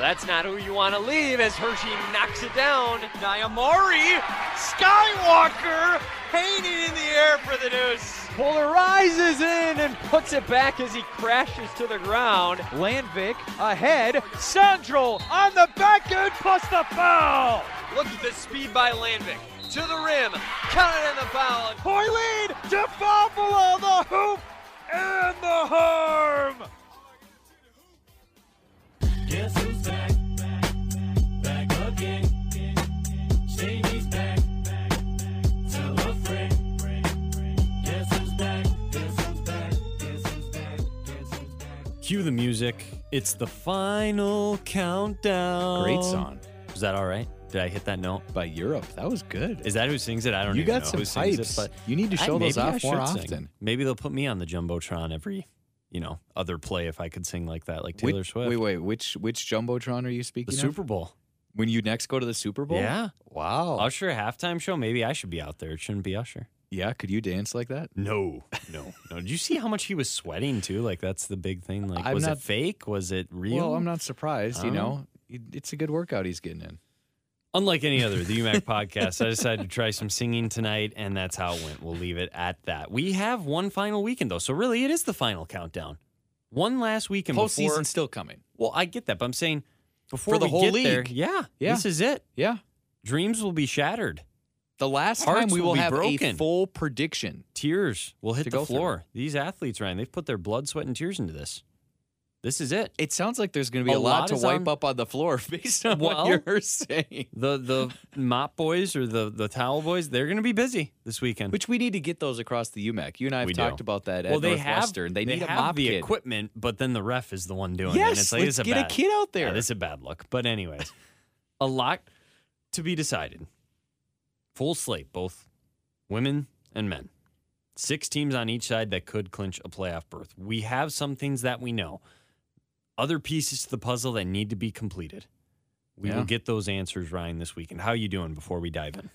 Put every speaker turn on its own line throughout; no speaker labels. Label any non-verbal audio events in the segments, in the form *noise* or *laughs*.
That's not who you want to leave as Hershey knocks it down.
Nakamori Skywalker painted in the air for the deuce.
Fuller rises in and puts it back as he crashes to the ground.
Landvik ahead. Sandro on the back end plus the foul.
Look at the speed by Landvik. To the rim, counted in the foul.
Hoyleed to Buffalo, the hoop and the harm.
Guess who's back? Back, back, back again. Shady's back. back, back. Tell a friend. Guess who's back? Guess who's back? Guess who's back? Guess who's back?
Cue the music. It's the final countdown.
Great
Oh.
song
Is that all right? Did I hit that note?
by Europe. That was good.
Is that who sings it? I don't
You
even
got
know
some
who sings it,
pipes.
but
You need to
I-
show those
maybe I
off more
should sing.
often.
Maybe they'll put me on the jumbotron every, you know, other play if I could sing like that, like Taylor
Wait-
Swift.
Wait, wait. Which which jumbotron are you speaking
the
of?
Super Bowl.
When you next go to the Super Bowl?
Yeah.
Wow.
Usher halftime show. Maybe I should be out there. It shouldn't be Usher.
yeah. Could you dance like that?
No, no, no. Did you see how much he was sweating too? Like that's the big thing. Like,
I'm
was
not-
it fake? Was it real?
Well, I'm not surprised. You
Oh.
know, It- it's a good workout he's getting in.
Unlike any other, the UMAC podcast, I decided to try some singing tonight, and that's how it went. We'll leave it at that. We have one final weekend, though. So, really, it is the final countdown. One last weekend before.
Postseason's still coming.
Well, I get that, but I'm saying before
For the
we
whole
get there,
league.
yeah,
Yeah.
this is it.
Yeah.
Dreams will be shattered.
The last
Hearts
time we
will
will,
be
have
broken.
a full prediction.
Tears will hit
To
the
go through.
floor. These athletes, Ryan, they've put their blood, sweat, and tears into this. This is it.
It sounds like there's going to be
A
a,
lot
lot, to
is
wipe
on-
up on the floor *laughs* based on
Well-
what you're *laughs* saying.
The the mop boys or the the towel boys, they're going to be busy this weekend.
Which we need to get those across the UMAC. You and I have
We do.
talked about that at
well, they have
Northwestern. they need
have
a mop
the
kid.
equipment, but then the ref is the one doing it. And
Yes,
it's like,
let's
this is
get a
bad-
kid out
Yeah,
there.
this is a bad look. But anyways, a lot to be decided. Full slate, both women and men. Six teams on each side that could clinch a playoff berth. We have some things that we know. Other pieces to the puzzle that need to be completed. We
Yeah.
will get those answers, Ryan, this weekend. How you doing before we dive in?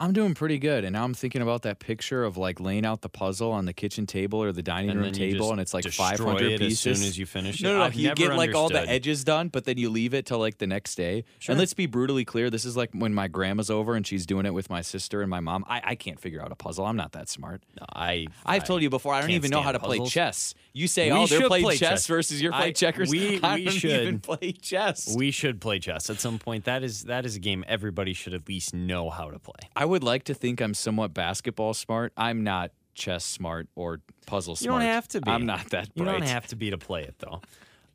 I'm doing pretty good, and now I'm thinking about that picture of like laying out the puzzle on the kitchen table or the dining room
you
table,
just
and it's like
destroy
500
it
pieces.
As soon as you finish
no,
it,
no, no.
I've
you
never
get like all the
understood.
edges done, but then you leave it till like the next day.
Sure.
And let's be brutally clear: this is like when my grandma's over and she's doing it with my sister and my mom. I, I can't figure out a puzzle. I'm not that smart.
No, I
I've told you before. I don't
can't
even know how
stand
to play
puzzles.
chess. You say,
We
"Oh, they're
should
playing
play
chess,
chess.
versus you're
I-
playing checkers."
we-
*laughs* I
we
don't
should.
even play chess.
We should play chess at some point. That is that is a game everybody should at least know how to play.
I would like to think I'm somewhat basketball smart. I'm not chess smart or puzzle
You
smart.
don't have to be.
I'm not that
You
bright.
don't have to be to play it though.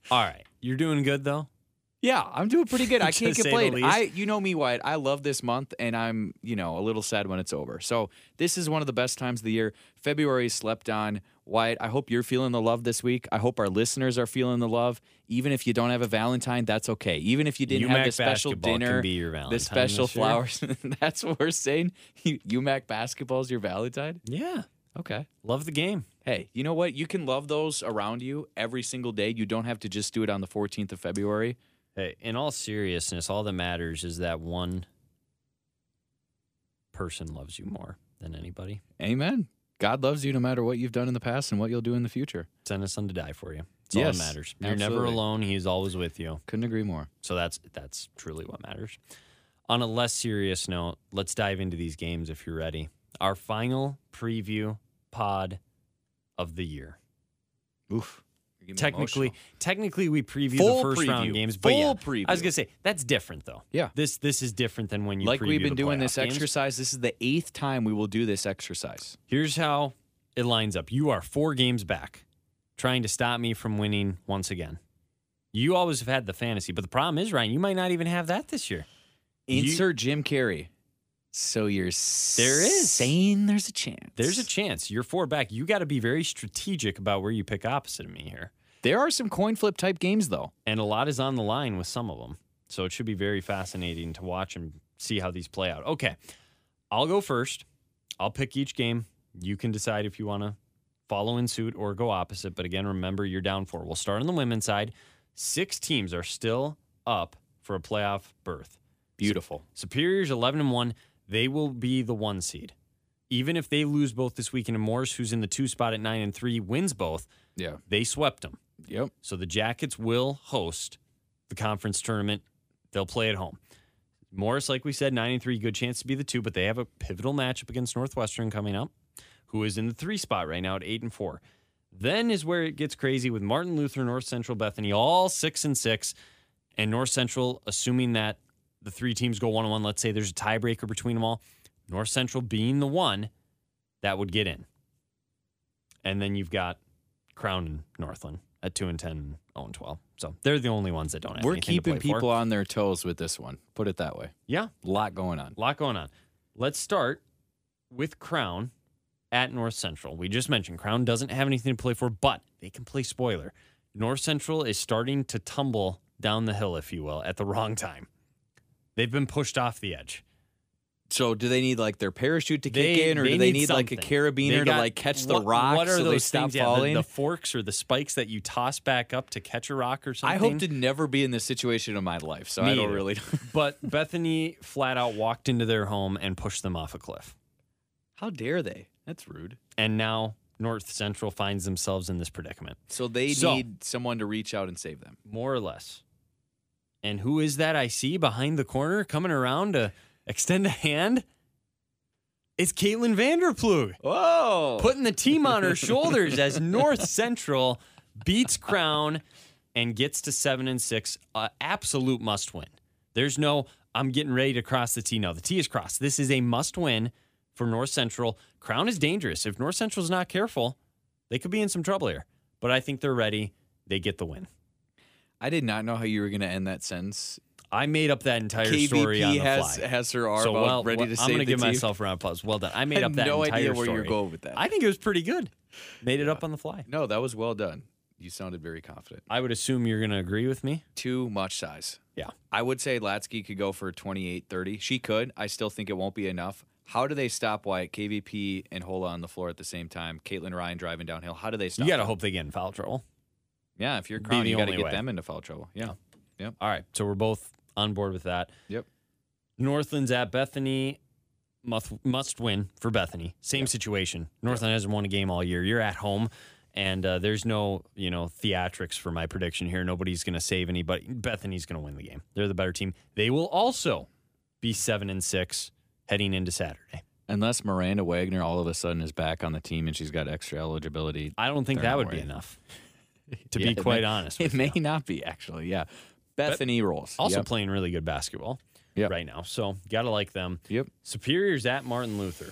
All right, you're doing good though.
Yeah, I'm doing
*laughs*
pretty good. I
To
can't
say the
complain.
least.
I, you know me, Wyatt. I love this month, and I'm, you know, a little sad when it's over. So this is one of the best times of the year. February is slept on. Wyatt, I hope you're feeling the love this week. I hope our listeners are feeling the love. Even if you don't have a Valentine, that's okay. Even if you didn't
UMac
have the special
basketball can
dinner,
be your
the
Valentine
special
this year.
flowers, *laughs* that's what we're saying. You- UMac basketball is your Valentine.
Yeah,
Okay.
love the game.
Hey, you know what? You can love those around you every single day. You don't have to just do it on the 14th of February.
Hey, in all seriousness, all that matters is that one person loves you more than anybody.
Amen. God loves you no matter what you've done in the past and what you'll do in the future.
Send us son to die for you. That's all
Yes,
that matters. You're never
absolutely.
alone. He's always with you.
Couldn't agree more.
So that's that's truly what matters. On a less serious note, let's dive into these games if you're ready. Our final preview pod of the year.
Oof.
Technically, technically we preview
Full
the first round
preview.
games, but
Full
yeah, I was
preview.
gonna say that's different though.
Yeah.
this this is different than when you
like we've
preview
been
the
doing
playoff
this
games.
exercise, this is the eighth time we will do this exercise.
Here's how it lines up. You are four games back, trying to stop me from winning once again. You always have had the fantasy, but the problem is, Ryan, you might not even have that this year. You-
Insert Jim Carrey. So you're
There is.
saying there's a chance.
There's a chance you're four back. You got to be very strategic about where you pick opposite of me here.
there are some coin flip type games though.
And a lot is on the line with some of them. So it should be very fascinating to watch and see how these play out. Okay. I'll go first. I'll pick each game. You can decide if you want to follow in suit or go opposite. But again, remember you're down four. We'll start on the women's side. Six teams are still up for a playoff berth.
Beautiful.
Superior's 11 and 1. They will be the one seed. Even if they lose both this weekend and Morris, who's in the two spot at 9 and 3, wins both,
Yeah.
they swept them.
Yep.
So the Jackets will host the conference tournament. They'll play at home. Morris, like we said, 93, good chance to be the two, but they have a pivotal matchup against Northwestern coming up, who is in the three spot right now at eight and four. Then is where it gets crazy with Martin Luther, North Central, Bethany, all six and six, and North Central, assuming that the three teams go one on one, let's say there's a tiebreaker between them all, North Central being the one that would get in. And then you've got Crown and Northland at two and 10, and 0 and 12. So they're the only ones that don't have
We're
anything to
keeping
play for.
people on their toes with this one. Put it that way.
Yeah.
A lot going on.
A lot going on. Let's start with Crown at North Central. We just mentioned Crown doesn't have anything to play for, but they can play spoiler. North Central is starting to tumble down the hill, if you will, at the wrong time. They've been pushed off the edge.
So do they need like their parachute to
They-
kick in, or
they
do they
need
need, like a
something. They
carabiner to
got-
like catch the
what-
rock
What are
so
those
they stop
things? Yeah, the-
falling?
the, forks or the spikes that you toss back up to catch a rock or something.
I hope to never be in this situation in my life, so
Me
I don't
either. *laughs*
really. *laughs*
but Bethany flat out walked into their home and pushed them off a cliff.
How dare they? That's rude.
And now North Central finds themselves in this predicament.
So they
So-
need someone to reach out and save them.
more or less. And who is that I see behind the corner coming around to extend a hand? It's Caitlin Vanderplug
Whoa!
Oh. putting the team on her shoulders as North Central beats Crown and gets to seven and six. A absolute must win. There's no I'm getting ready to cross the T now. The T is crossed. This is a must win for North Central. Crown is dangerous. If North Central's not careful, they could be in some trouble here. But I think they're ready. They get the win.
I did not know how you were going to end that sentence.
I made up that entire story on
KVP
the
has
fly.
has her arm
so
out
well,
ready
well,
to
I'm
save
gonna
the
give
team.
myself a round of applause. Well done.
*laughs*
I made
I
up
had
that
no
entire
idea where you
story.
were going with that.
I think it was pretty good. Made it up on the fly.
No, that was well done. You sounded very confident.
I would assume you're going to agree with me.
Too much size.
Yeah.
I would say Latsky could go for 28 30. She could. I still think it won't be enough. How do they stop Wyatt, KVP, and Hola on the floor at the same time? Caitlin Ryan driving downhill. How do they stop?
You got to
them?
hope they get in foul trouble.
Yeah, if you're
be
Crown,
the
you got to
only way.
get them into foul trouble. Yeah.
All right. So we're both on board with that.
Yep.
Northland's at Bethany. Must, must win for Bethany. Same situation. Northland hasn't won a game all year. You're at home, and uh, there's no you know theatrics for my prediction here. Nobody's going to save anybody. Bethany's going to win the game. They're the better team. They will also be seven and six heading into Saturday.
Unless Miranda Wagner all of a sudden is back on the team and she's got extra eligibility.
I don't think
They're
that
not
would be
worried. *laughs*
enough. To
Yeah,
be
it
quite
may-
honest,
*laughs* It
with
may
you.
not be, actually. Yeah. Bethany rolls.
also
Yep.
playing really good basketball
Yep.
right now. So gotta like them.
Yep.
Superior's at Martin Luther.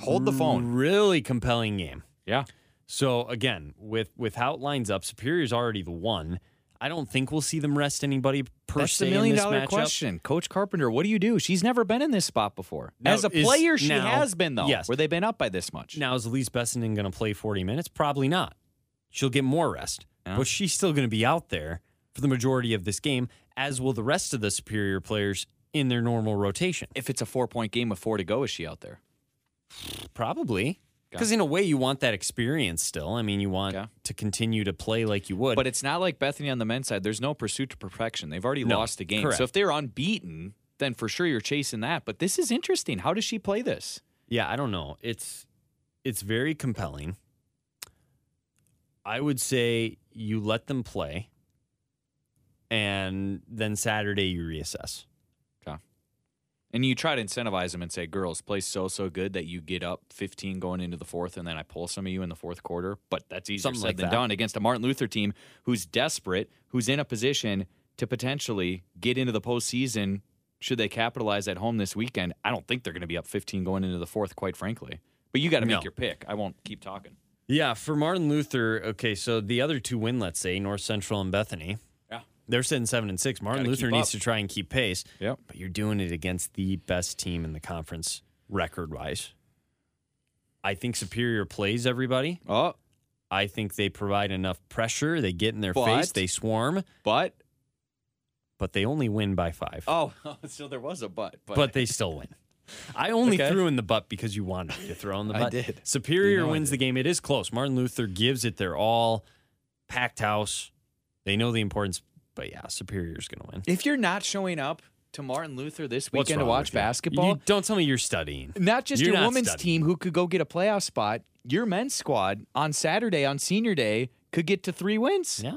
Hold the phone.
Really compelling game.
Yeah.
So again, with with how it lines up, Superior's already the one. I don't think we'll see them rest anybody per
That's
se
the million
in this
dollar
matchup.
question. Coach Carpenter, what do you do? She's never been in this spot before.
Now,
As a
is-
player, she
now-
has been, though.
yes.
Where they've been up by this much.
Now is Elise Bessenden going to play 40 minutes? Probably not. She'll get more rest,
Yeah.
but she's still going to be out there for the majority of this game, as will the rest of the Superior players in their normal rotation.
If it's a four point game with four to go, is she out there?
Probably.
Okay.
Because in a way, you want that experience still. I mean, you want
Okay.
to continue to play like you would.
But it's not like Bethany on the men's side. There's no pursuit to perfection. They've already
No,
lost the game.
correct.
So if they're unbeaten, then for sure you're chasing that. But this is interesting. How does she play this?
yeah, I don't know. It's it's very compelling. I would say you let them play, and then Saturday you reassess.
And you try to incentivize them and say, girls, play so, so good that you get up 15 going into the fourth, and then I pull some of you in the fourth quarter. But that's easier
Something
said
like
than
that.
done against a Martin Luther team who's desperate, who's in a position to potentially get into the postseason should they capitalize at home this weekend. I don't think they're going to be up 15 going into the fourth, quite frankly. But you got to make
No.
your pick. I won't keep talking.
Yeah, for Martin Luther. Okay, so the other two win, let's say North Central and Bethany.
Yeah.
They're sitting seven and six. Martin
Gotta
Luther
keep
needs
up.
to try and keep pace.
Yep.
but you're doing it against the best team in the conference record wise. I think Superior plays everybody.
Oh,
I think they provide enough pressure. They get in their face,
But-
they swarm,
but.
but they only win by five.
Oh, *laughs* so there was a but. But,
But they still
*laughs*
win. I only
Okay.
threw in the butt because you wanted me to throw in the
I
butt.
did.
Superior
You know I
wins the
did.
game. It is close. Martin Luther gives it their all. Packed house. They know the importance, but yeah, Superior's going to win.
if you're not showing up to Martin Luther this
What's
weekend to
wrong
watch
with you?
basketball,
You- don't tell me you're studying.
not just
You're
your
not
women's
studying.
team who could go get a playoff spot, your men's squad on Saturday on senior day could get to three wins.
Yeah.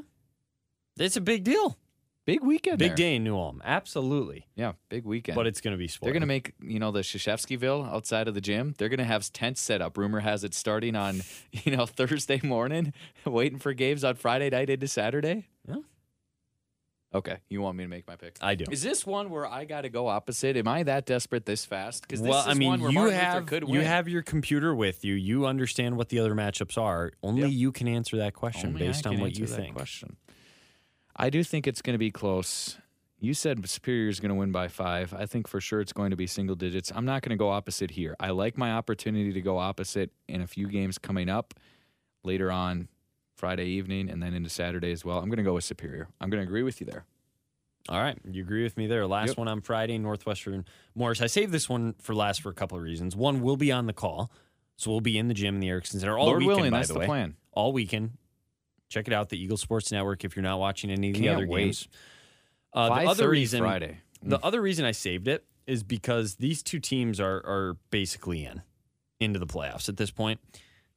It's a big deal.
Big weekend.
Big
there.
day in New Ulm. Absolutely.
Yeah, big weekend.
But it's going to be spoiled.
They're going to make, you know, the Shashevskyville outside of the gym. They're going to have tents set up. Rumor has it starting on, *laughs* you know, Thursday morning, *laughs* waiting for games on Friday night into Saturday.
Yeah.
Okay. You want me to make my pick?
I do.
Is this one where I got to go opposite? Am I that desperate this fast? Because this
well,
is
I mean,
one where
you
Martin Luther
have
could win.
you have your computer with you. You understand what the other matchups are. Only
Yep.
you can answer that question
Only I
based on
can
what
answer
you
that
think.
Question. I do think it's going to be close. You said Superior is going to win by five. I think for sure it's going to be single digits. I'm not going to go opposite here. I like my opportunity to go opposite in a few games coming up later on Friday evening and then into Saturday as well. I'm going to go with Superior. I'm going to agree with you there.
All right, you agree with me there. Last
Yep.
one on Friday, Northwestern Morris. I saved this one for last for a couple of reasons. One, we'll be on the call, so we'll be in the gym in the Erickson Center all
Lord
weekend.
willing,
by
that's
the,
the
way.
plan.
All weekend. Check it out, the Eagle Sports Network. If you're not watching any of the
Can't
other
wait.
games, uh, the
5:30
other reason
Friday. Mm.
The other reason I saved it is because these two teams are are basically in into the playoffs at this point.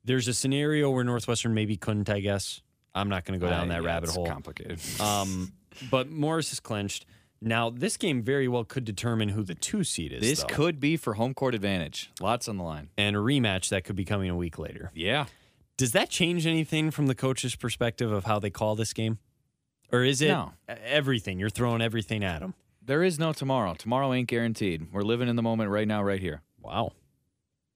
There's a scenario where Northwestern maybe couldn't, I guess. I'm not going to go down
Uh,
that
yeah,
rabbit
it's
hole.
Complicated.
*laughs* Um, but Morris is clinched. Now, this game very well could determine who the two seed is.
this
though,
could be for home court advantage. Lots on the line.
and a rematch that could be coming a week later.
Yeah.
Does that change anything from the coach's perspective of how they call this game, or is it
No.
everything? You're throwing everything at them.
There is no tomorrow. Tomorrow ain't guaranteed. We're living in the moment right now, right here.
Wow,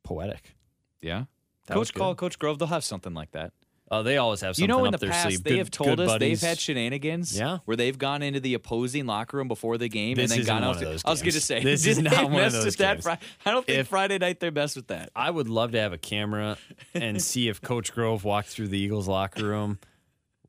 poetic.
Yeah.
That was
Coach
good.
Call, Coach Grove, they'll have something like that.
Uh, they always have something
you know, in
up
the
their
past,
sleeve.
they
Good-
have told
good
us
buddies.
they've had shenanigans
Yeah.
where they've gone into the opposing locker room before the game
This
and then
isn't
gone
one
out.
of
to-
those
I was going to
games.
say,
This
did
is not
they
one of
mess
those
with that
games.
Fri- I don't think
If-
Friday night they're best with that.
I would love to have a camera
*laughs*
and see if Coach Grove walked through the Eagles locker room,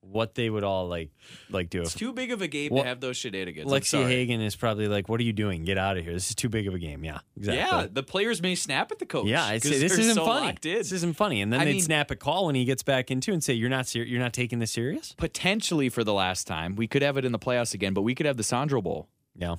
what they would all like like do.
It's
If
too big of a game
Well,
to have those shenanigans. I'm
Lexi
sorry.
Hagan is probably like, "What are you doing? Get out of here! This is too big of a game." Yeah,
Yeah,
exactly.
the players may snap at the coach.
yeah. I'd
'cause
say this
they're
isn't
so
funny.
locked in.
This isn't funny. And then
I
they'd
mean-
snap a call when he gets back into and say, "You're not ser- you're not taking this serious."
Potentially for the last time, we could have it in the playoffs again, but we could have the Sandro Bowl.
Yeah,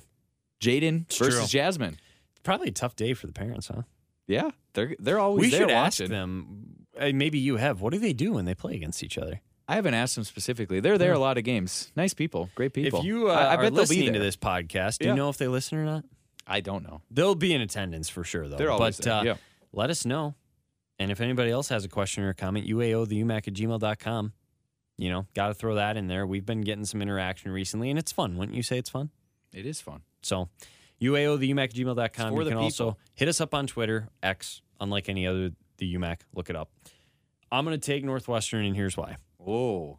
Jaden
It's
versus
true.
Jasmine.
probably a tough day for the parents, huh?
Yeah, they're they're always
we
there
should
watching.
ask them. uh, Maybe you have. What do they do when they play against each other?
I haven't asked them specifically. They're there a lot of games. Nice people, great people.
Hmm. If you uh,
I, I
are
bet they'll be
listening to
there.
this podcast, do
Yeah.
you know if they listen or not?
I don't know.
They'll be in attendance for sure, though.
They're always
but
there,
Uh,
yeah.
let us know. And if anybody else has a question or a comment, UAO the UMAC at gmail.com. You know, got to throw that in there. We've been getting some interaction recently, and it's fun. Wouldn't you say it's fun?
It is fun.
So, UAO the UMAC at
It's
gmail.com.
for
You
the
can also
people.
hit us up on Twitter, X, unlike any other, the UMAC. Look it up. I'm going to take Northwestern, and here's why.
Whoa,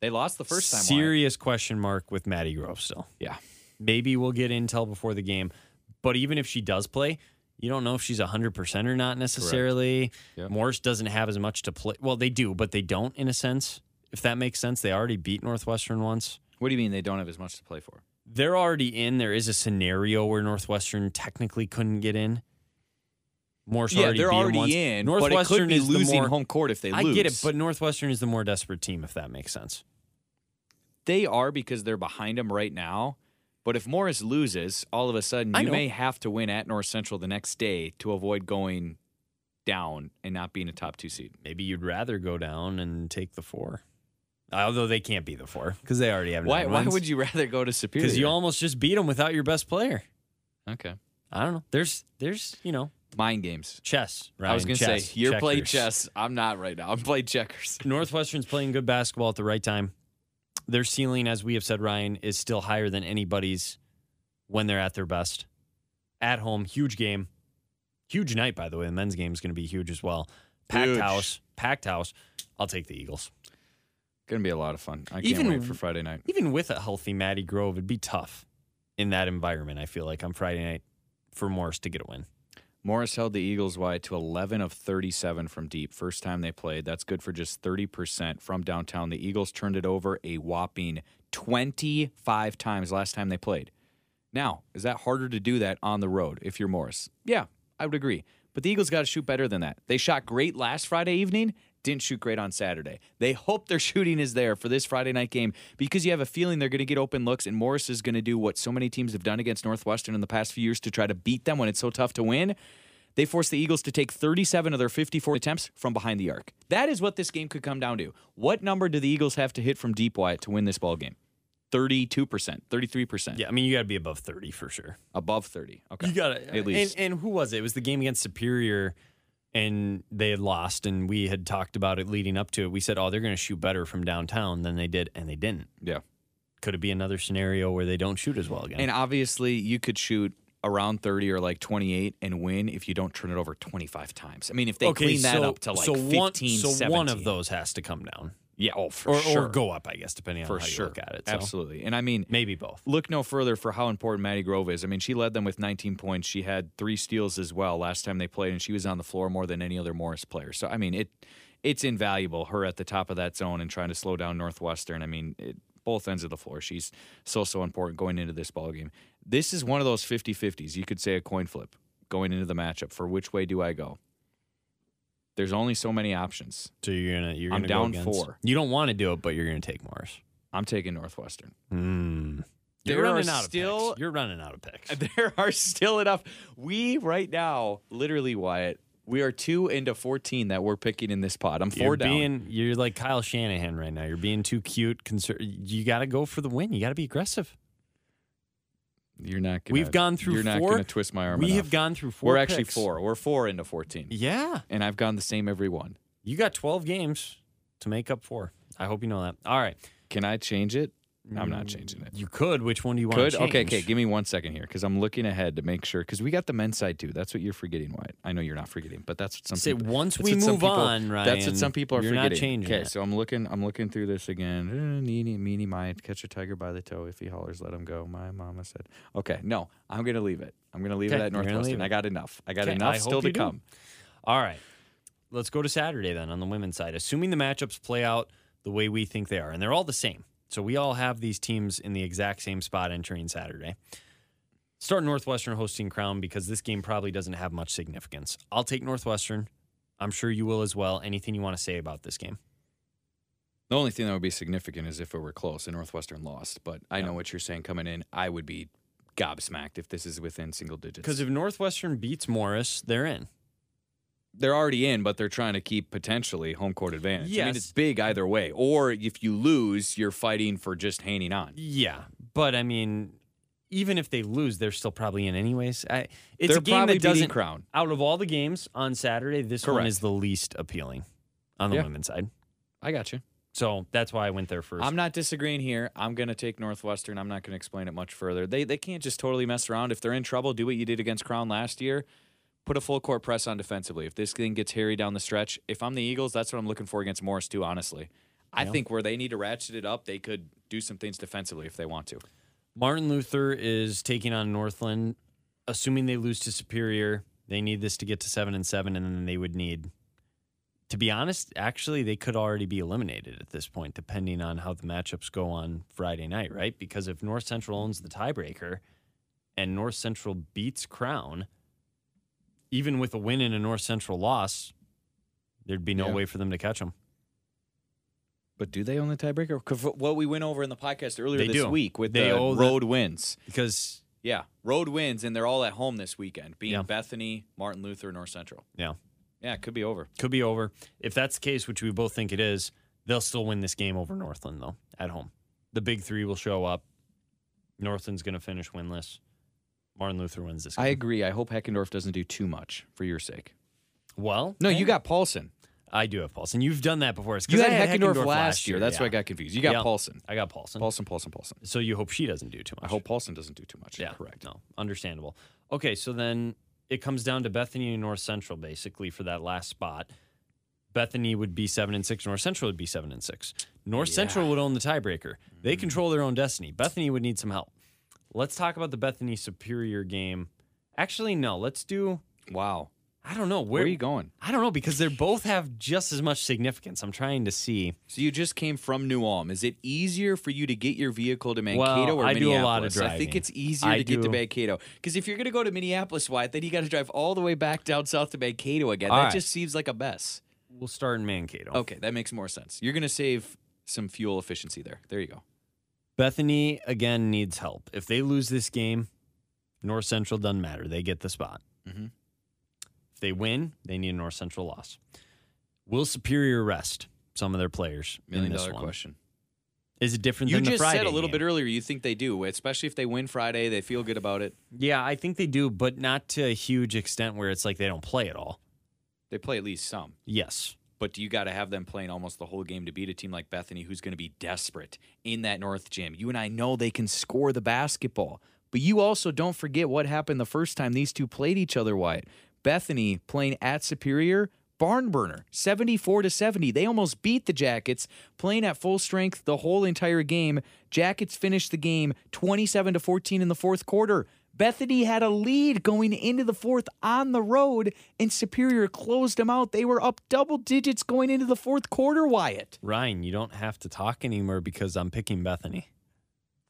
they lost the first time. Wyatt.
Serious question mark with Maddie Grove still.
Yeah,
Maybe we'll get intel before the game. But even if she does play, you don't know if she's 100% or not necessarily.
Yep.
Morris doesn't have as much to play. Well, they do, but they don't in a sense. If that makes sense, they already beat Northwestern once.
what do you mean they don't have as much to play for?
They're already in. There is a scenario where Northwestern technically couldn't get in. Morris
yeah,
already
they're
beat 'em
already
once.
in. But it
Northwestern
could be
is the
losing
more-
home court if they
I
lose.
get it, but Northwestern is the more desperate team, if that makes sense.
they are because they're behind them right now. But if Morris loses, all of a sudden
I
you
know.
may have to win at North Central the next day to avoid going down and not being a top two seed.
Maybe you'd rather go down and take the four. Although they can't be the four because they already have
Why?
nine
Why
wins.
would you rather go to Superior?
Because you almost just beat them without your best player.
okay.
I don't know. There's, there's, you know,
Mind games.
chess. Right?
I was gonna
chess,
say you're playing
checkers.
chess. I'm not right now. I'm playing checkers.
Northwestern's playing good basketball at the right time. Their ceiling, as we have said, Ryan, is still higher than anybody's when they're at their best. At home, huge game, huge night. By the way, the men's game is going to be huge as well. Packed
Huge.
house, packed house. I'll take the Eagles.
Gonna be a lot of fun. I can't
Even-
wait for Friday night.
even with a healthy Matty Grove, it'd be tough in that environment. I feel like on Friday night for Morris to get a win.
Morris held the Eagles wide to 11 of 37 from deep. First time they played. That's good for just 30% from downtown. The Eagles turned it over a whopping 25 times last time they played. Now, is that harder to do that on the road if you're Morris? Yeah, I would agree. But the Eagles got to shoot better than that. They shot great last Friday evening, didn't shoot great on Saturday. They hope their *laughs* shooting is there for this Friday night game because you have a feeling they're going to get open looks, and Morris is going to do what so many teams have done against Northwestern in the past few years to try to beat them when it's so tough to win. They forced the Eagles to take 37 of their 54 attempts from behind the arc. That is what this game could come down to. What number do the Eagles have to hit from deep, Wyatt, to win this ball game? 32%, 33%.
Yeah, I mean, you got to be above 30 for sure.
Above 30. Okay.
You got to
At least.
And, and who was it? It was the game against Superior, and they had lost, and we had talked about it leading up to it. We said, oh, they're going to shoot better from downtown than they did, and they didn't.
yeah.
Could it be another scenario where they don't shoot as well again?
And obviously, you could shoot around 30 or like 28 and win if you don't turn it over 25 times. I mean, if they clean that up to like
so
15,
one, so one of
17.
those has to come down
Yeah, oh, for
or,
sure.
or go up, I guess, depending on
for
how
sure.
you look at it. So
Absolutely. And I mean,
maybe both.
look no further for how important Maddie Grove is. I mean, she led them with 19 points. She had three steals as well last time they played, and she was on the floor more than any other Morris player. So I mean, it it's invaluable her at the top of that zone and trying to slow down Northwestern. I mean, it, both ends of the floor. She's so so important going into this ball game. This is one of those 50-50s. You could say a coin flip going into the matchup for which way do I go. There's only so many options.
So you're gonna you're
I'm
gonna
down
go against-
four.
You don't want to do it, but you're gonna take Morris.
I'm taking Northwestern.
Hmm.
There
You're
are
running out of
still-
picks. You're running out of picks.
*laughs* There are still enough. We right now, literally, Wyatt, we are two into fourteen that we're picking in this pod. I'm 4
you're
down.
being you're like Kyle Shanahan right now. You're being too cute. Conser- you got to go for the win. You got to be aggressive.
you're not. Gonna,
We've gone through
You're not
four.
going to twist my arm.
We
enough.
have gone through four.
We're actually
picks.
four. We're four into fourteen,
Yeah,
and I've gone the same every one.
you got 12 games to make up four. I hope you know that. All right,
Can I change it? I'm not changing it.
you could. Which one do you want?
Could
to
okay, okay. Give me one second here because I'm looking ahead to make sure because we got the men's side too. That's what you're forgetting, Wyatt. I know you're not forgetting, but that's what some
Say,
people.
once
that's
we
what some
move
people-
on,
That's what
Ryan,
some people are
you're not
forgetting.
changing
Okay,
it.
so I'm looking. I'm looking through this again. Eh, Meanie, meanie, might catch a tiger by the toe if he hollers, let him go. My mama said. Okay, no, I'm gonna leave it. I'm gonna leave it
Okay,
at
you're gonna leave
Northwestern.
it.
I got enough. I got
Okay,
enough
I
still
hope
to
you do.
come.
All right. Let's go to Saturday then on the women's side. Assuming the matchups play out the way we think they are, and they're all the same. So we all have these teams in the exact same spot entering Saturday. Start Northwestern hosting Crown because this game probably doesn't have much significance. I'll take Northwestern. I'm sure you will as well. Anything you want to say about this game?
The only thing that would be significant is if it were close and Northwestern lost. But I know what you're saying coming in. I would be gobsmacked if this is within single digits.
Because if Northwestern beats Morris, they're in.
they're already in, but they're trying to keep potentially home court advantage. I mean,
Yes.
it's big either way. Or if you lose, you're fighting for just hanging on.
Yeah, but I mean, even if they lose, they're still probably in anyways. I, it's
They're
a game
probably
that
beating
doesn't
Crown.
Out of all the games on Saturday, this one
Correct.
is the least appealing on the
Yeah.
women's side.
I got you.
So that's why I went there 1st
I'm not disagreeing here. I'm going to take Northwestern. I'm not going to explain it much further. They they can't just totally mess around. If they're in trouble, do what you did against Crown last year. Put a full court press on defensively. If this thing gets hairy down the stretch, if I'm the Eagles, that's what I'm looking for against Morris too. Honestly, I think where they need to ratchet it up, they could do some things defensively if they want to.
Martin Luther is taking on Northland. Assuming they lose to Superior, they need this to get to seven and seven, and then they would need. To be honest, actually, they could already be eliminated at this point, depending on how the matchups go on Friday night, right? Because if North Central owns the tiebreaker, and North Central beats Crown, even with a win and a North Central loss, there'd be no
Yeah.
way for them to catch them.
But do they own the tiebreaker? 'Cause What we went over in the podcast earlier
They
this
do.
week with
They
the
owe the-
road wins.
Because
Yeah, road wins, and they're all at home this weekend, being
Yeah.
Bethany, Martin Luther, North Central.
yeah,
Yeah, it could be over.
could be over. If that's the case, which we both think it is, they'll still win this game over Northland though at home. The big three will show up. Northland's going to finish winless. Martin Luther wins this. Game.
I agree. I hope Heckendorf doesn't do too much for your sake.
well,
No, you got Paulson.
I do have Paulson. You've done that before. It's 'cause
You had,
I
Heckendorf, last, year. That's
yeah.
why I got confused. You got
Yeah.
Paulson.
I got Paulson.
Paulson, Paulson, Paulson.
So you hope she doesn't do too
I
much.
hope Paulson doesn't do too much.
Yeah.
correct.
No, understandable. Okay, so then it comes down to Bethany and North Central basically for that last spot. Bethany would be seven and six. North Central would be seven and six. North Central would own the tiebreaker.
Mm-hmm.
They control their own destiny. Bethany would need some help. Let's talk about the Bethany Superior game. Actually, no. Let's do.
Wow.
I don't know
Where,
where,
are you going?
I don't know because they both have just as much significance. I'm trying to see.
So you just came from New Ulm. Is it easier for you to get your vehicle to
Well,
Mankato or
I do
Minneapolis?
a lot of
I think
driving.
it's easier
I
to get to
do-
Mankato because if you're going to go to Minneapolis, why? Then you got to drive all the way back down south to Mankato again.
All
that
right. Oh.
just seems like a mess.
We'll start in Mankato.
Okay, that makes more sense. You're going to save some fuel efficiency there. There you go.
Bethany again needs help. If they lose this game, North Central doesn't matter. They get the spot.
Mhm.
If they win, they need a North Central loss. Will Superior rest some of their players in
Million
this
dollar
one?
question.
Is it different
You
than the
just
Friday?
said a little
game?
bit earlier you think they do, especially if they win Friday, they feel good about it.
Yeah, I think they do, but not to a huge extent where it's like they don't play at all.
They play at least some.
Yes.
But you got to have them playing almost the whole game to beat a team like Bethany, who's going to be desperate in that North gym. You and I know they can score the basketball, but you also don't forget what happened the first time these two played each other. Wyatt Bethany playing at Superior, barn burner, seventy-four to seventy. They almost beat the Jackets playing at full strength the whole entire game. Jackets finished the game twenty-seven to fourteen in the fourth quarter. Bethany had a lead going into the fourth on the road, and Superior closed them out. They were up double digits going into the fourth quarter, Wyatt.
Ryan, you don't have to talk anymore because I'm picking Bethany.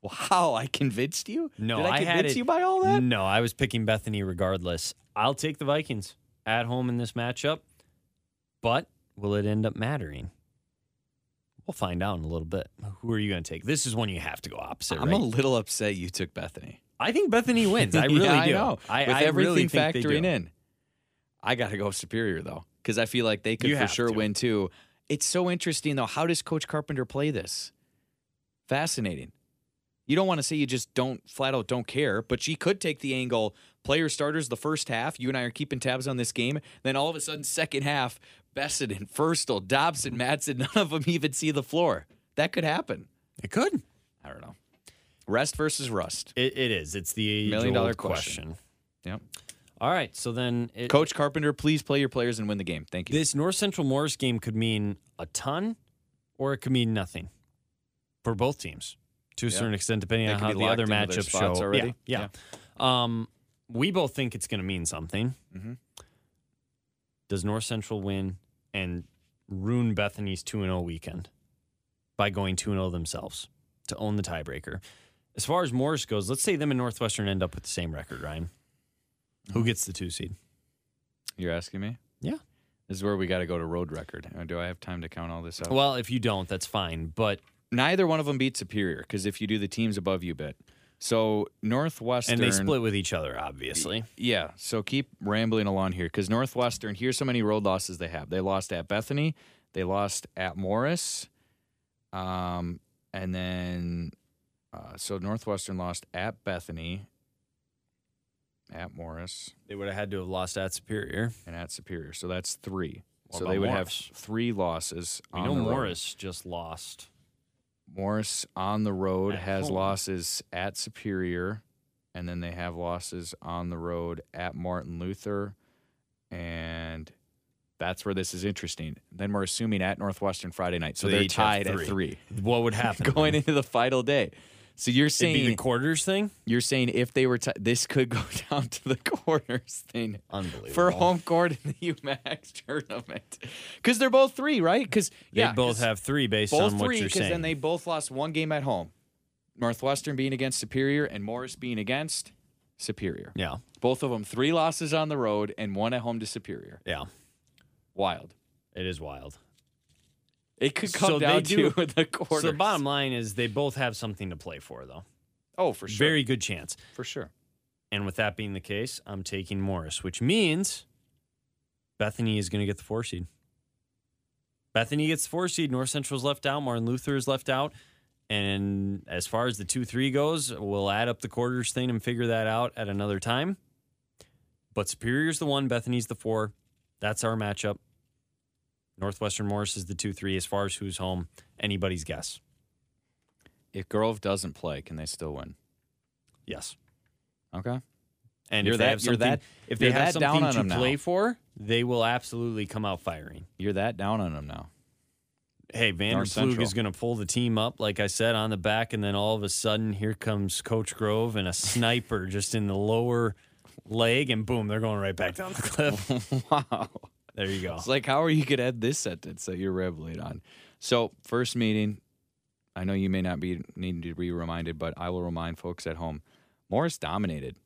Wow, I convinced you?
No,
Did I,
had
convince
it-
you by all that?
No, I was picking Bethany regardless. I'll take the Vikings at home in this matchup, but will it end up mattering? We'll find out in a little bit. Who are you going to take? This is one you have to go opposite.
I'm
right?
a little upset you took Bethany.
I think Bethany
*laughs*
wins. I
Yeah,
really do.
know.
I,
With
I
everything
really think they
factoring
do.
in, I got to go Superior though, because I feel like they could
You
for
have
sure
to.
win too. It's so interesting though. How does Coach Carpenter play this? Fascinating. You don't want to say you just don't flat out don't care, but she could take the angle. Player starters the first half. You and I are keeping tabs on this game. Then all of a sudden, second half, Bessenden, Firstel, Dobson, Matson, *laughs* none of them even see the floor. That could happen.
It could.
I don't know. Rest versus rust.
It, it is. It's the
Million dollar
age-old
question. Yep.
All right. So then, it,
Coach Carpenter, please play your players and win the game. Thank you.
this North Central Morris game could mean a ton, or it could mean nothing for both teams to a
Yeah.
certain extent, depending
They
on
could
how
be
the other
locked into their
matchups
spots
show.
already.
Yeah, yeah. Um, we both think it's going to mean something.
Mhm.
Does North Central win and ruin Bethany's two and zero weekend by going two and zero themselves to own the tiebreaker? As far as Morris goes, let's say them and Northwestern end up with the same record, Ryan.
Hmm.
Who gets the two seed?
You're asking me?
Yeah.
This is where we got to go to road record. Uh, Do I have time to count all this up?
Well, if you don't, that's fine. But
neither one of them beat Superior because if you do the teams above you bit. So Northwestern
and they split with each other, obviously.
Yeah. So keep rambling along here because Northwestern, here's how many road losses they have. They lost at Bethany, they lost at Morris, um, and then uh, so Northwestern lost at Bethany, at Morris,
They would have had to have lost at Superior.
and at Superior. So that's three.
What
so
about
they would
Morris?
have three losses.
We
on
know
the road.
Morris just lost.
Morris on the road
At
has
home.
losses at Superior, and then they have losses on the road at Martin Luther, and that's where this is interesting. Then we're assuming at Northwestern Friday night, so,
So they
they're
each have
tied
three.
at three *laughs*
What would happen?
going
then?
into the final day. So you're
It'd be the
saying
quarters thing?
you're saying if they were tied, this could go *laughs* down to the corners thing
Unbelievable.
for home court in the *laughs* UMass tournament because they're both three, right? Because
They
yeah,
both
'cause-
have three based
both
on what
three
you're saying.
then they both lost one game at home. Northwestern being against Superior and Morris being against Superior.
yeah.
Both of them three losses on the road and one at home to Superior.
Yeah.
Wild.
It is wild.
It could come
So they
down
do-
to *laughs* the quarters.
So the bottom line is they both have something to play for, though.
Oh, for sure.
Very good chance.
for sure.
And with that being the case, I'm taking Morris, which means Bethany is going to get the four seed. Bethany gets the four seed. North Central's left out. Martin Luther is left out. And as far as the 2 3 goes, we'll add up the quarters thing and figure that out at another time. But Superior's the one, Bethany's the four. That's our matchup. Northwestern Morris is the 2 3. As far as who's home, anybody's guess.
If Grove doesn't play, can they still win?
Yes.
Okay.
And
You're
if they
that-
have
you're
something,
that-
if they
you're
have
that down
something
on
to
'em now.
play for, they will absolutely come out firing.
You're that down on them now. *laughs*
Hey, Vanderplug
Central.
is going to pull the team up, like I said, on the back, and then all of a sudden, here comes Coach Grove and a
*laughs*
sniper just in the lower leg, and boom, they're going right back down the
*laughs*
cliff.
wow.
There you go.
It's like, how are you going to add this sentence that you're rambling on? So, first meeting, I know you may not be needing to be reminded, but I will remind folks at home Morris dominated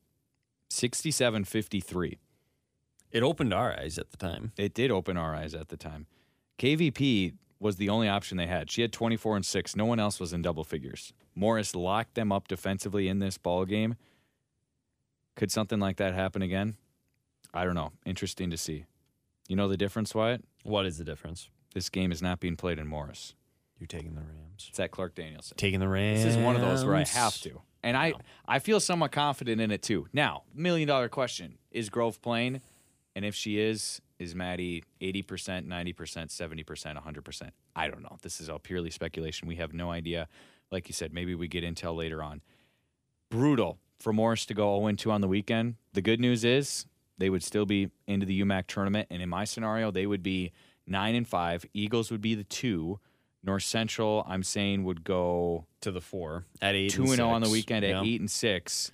67 53.
It opened our eyes at the time.
It did open our eyes at the time. KVP was the only option they had. She had 24 and 6. No one else was in double figures. Morris locked them up defensively in this ball game. Could something like that happen again? I don't know. Interesting to see. You know the difference, Wyatt?
What is the difference?
This game is not being played in Morris.
You're taking the Rams.
It's at Clark Danielson.
Taking the Rams.
This is one of those where I have to. And I, I feel somewhat confident in it too. Now, million dollar question is Grove playing? And if she is, is Maddie 80%, 90%, 70%, 100%? I don't know. This is all purely speculation. We have no idea. Like you said, maybe we get intel later on. Brutal for Morris to go 0 2 on the weekend. The good news is they would still be into the UMAC tournament. And in my scenario, they would be 9 and 5. Eagles would be the two. North Central, I'm saying, would go
To the four at eight.
two and zero on the
six.
weekend at
Yeah.
eight and six,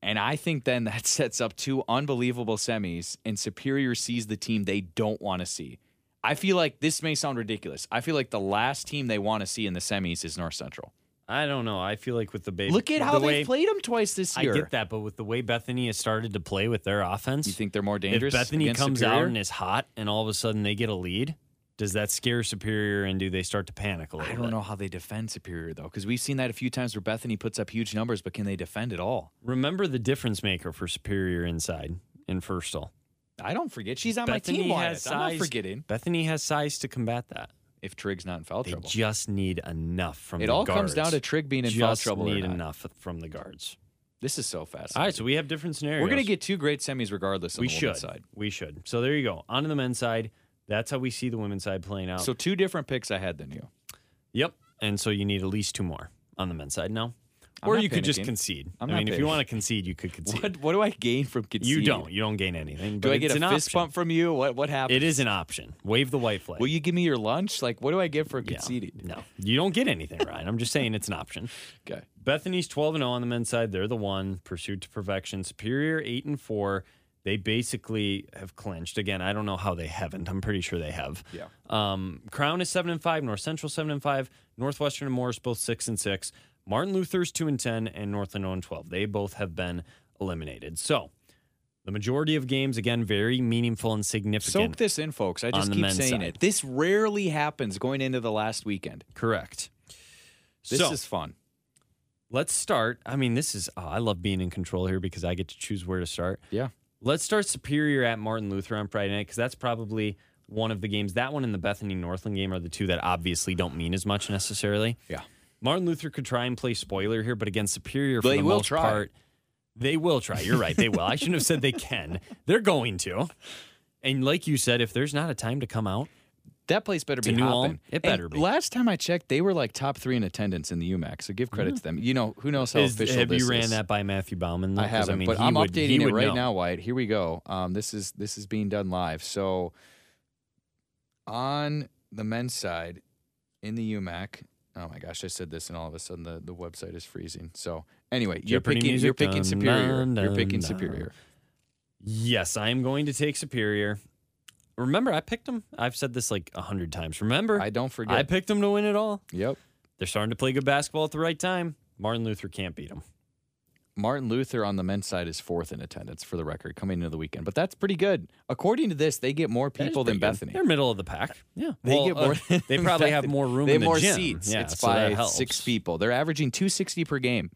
and I think then that *laughs* sets up two unbelievable semis, and Superior sees the team they don't want to see. I feel like this may sound ridiculous. I feel like the last team they want to see in the semis is North Central.
I don't know. I feel like with the baby.
Look at how
the
they
way,
played them twice this
I
year.
get that, but with the way Bethany has started to play with their offense,
You think they're more
if
dangerous?
Bethany
against
comes
Superior?
out and is hot, and all of a sudden they get a lead, does that scare Superior and do they start to panic a little?
I don't
bit?
know how they defend Superior though, because we've seen that a few times where Bethany puts up huge numbers, but can they defend at all?
Remember the difference maker for Superior inside in Firstal.
I don't forget. She's on my team. Wyatt. I'm not forgetting.
Bethany has size to combat that.
If Trig's not in foul
They
trouble,
just need enough from
it
the
all
guards.
comes down to Trig being in
just
foul trouble. or
need
not.
enough from the guards.
This is so fast.
All right, so we have different scenarios.
We're gonna get two great semis regardless. On
we
the
should
women's side.
we should. So there you go. On to the men's side. That's how we see the women's side playing out.
So two different picks I had than you.
Yep. And so you need at least two more on the men's side now.
I'm
or
not
you could just
panicking.
concede.
I'm
I
not
mean, if you
panicking. *laughs*
want to concede, you could concede.
What What do I gain from conceding?
You don't. You don't gain anything.
Do
but
I get
it's
a fist
an option.
bump from you? What What happens?
It is an option. Wave the white flag.
Will you give me your lunch? Like, what do I get for
Yeah.
conceding?
No, you don't get anything, Ryan. I'm just saying it's an option.
Okay.
Bethany's 12 and 0 on the men's side. They're the one pursuit to perfection. Superior 8 and 4. They basically have clinched. Again, I don't know how they haven't. I'm pretty sure they have.
Yeah.
Um, Crown is 7 and 5, North Central 7 and 5, Northwestern and Morris both 6 and 6. Martin Luther's 2 and 10 and Northland 0 and 12. They both have been eliminated. So, the majority of games again very meaningful and significant.
Soak this in, folks. I
On
just
the
keep
men's
saying
side.
it. This rarely happens going into the last weekend.
Correct.
This
so,
is fun.
let's start. I mean, this is oh, I love being in control here because I get to choose where to start.
Yeah.
Let's start Superior at Martin Luther on Friday night because that's probably one of the games. That one and the Bethany Northland game are the two that obviously don't mean as much necessarily.
Yeah.
Martin Luther could try and play spoiler here, but against Superior, for
They
the
will
most
try.
part, they will try. You're right. They will. I shouldn't have said they can. *laughs* They're going to. And like you said, if there's not a time to come out,
That place better
To
be
New
hopping.
Ulm? It
And
better be.
Last time I checked, they were like top three in attendance in the UMAC. So give credit to them. You know who knows how
Mm-hmm. is,
official
have
this
you ran
is.
that by Matthew Bauman? though?
I
'Cause,
haven't,
mean,
but
he
I'm
would- he
updating it
would
right
know.
now, Wyatt. Here we go. Um, this is this is being done live. So on the men's side in the UMAC. Oh my gosh, I said this, and all of a sudden the, the website is freezing. So anyway, you're
Jeopardy
picking
music.
you're picking
Dun,
superior.
dun,
you're picking
dun, dun.
superior.
Yes, I am going to take Superior. Remember, I picked them. I've said this like a hundred times. Remember,
I don't forget.
I picked them to win it all.
yep.
They're starting to play good basketball at the right time. Martin Luther can't beat them.
Martin Luther on the men's side is fourth in attendance for the record coming into the weekend, but that's pretty good. According to this, they get more people than Bethany.
They're middle of the pack. Yeah,
They
Well,
get
uh,
more.
*laughs* they
*laughs* than
probably have
Bethany.
more room.
They
in the
have more
gym.
seats.
Yeah,
it's
so that
by
helps.
six people. They're averaging 260 per game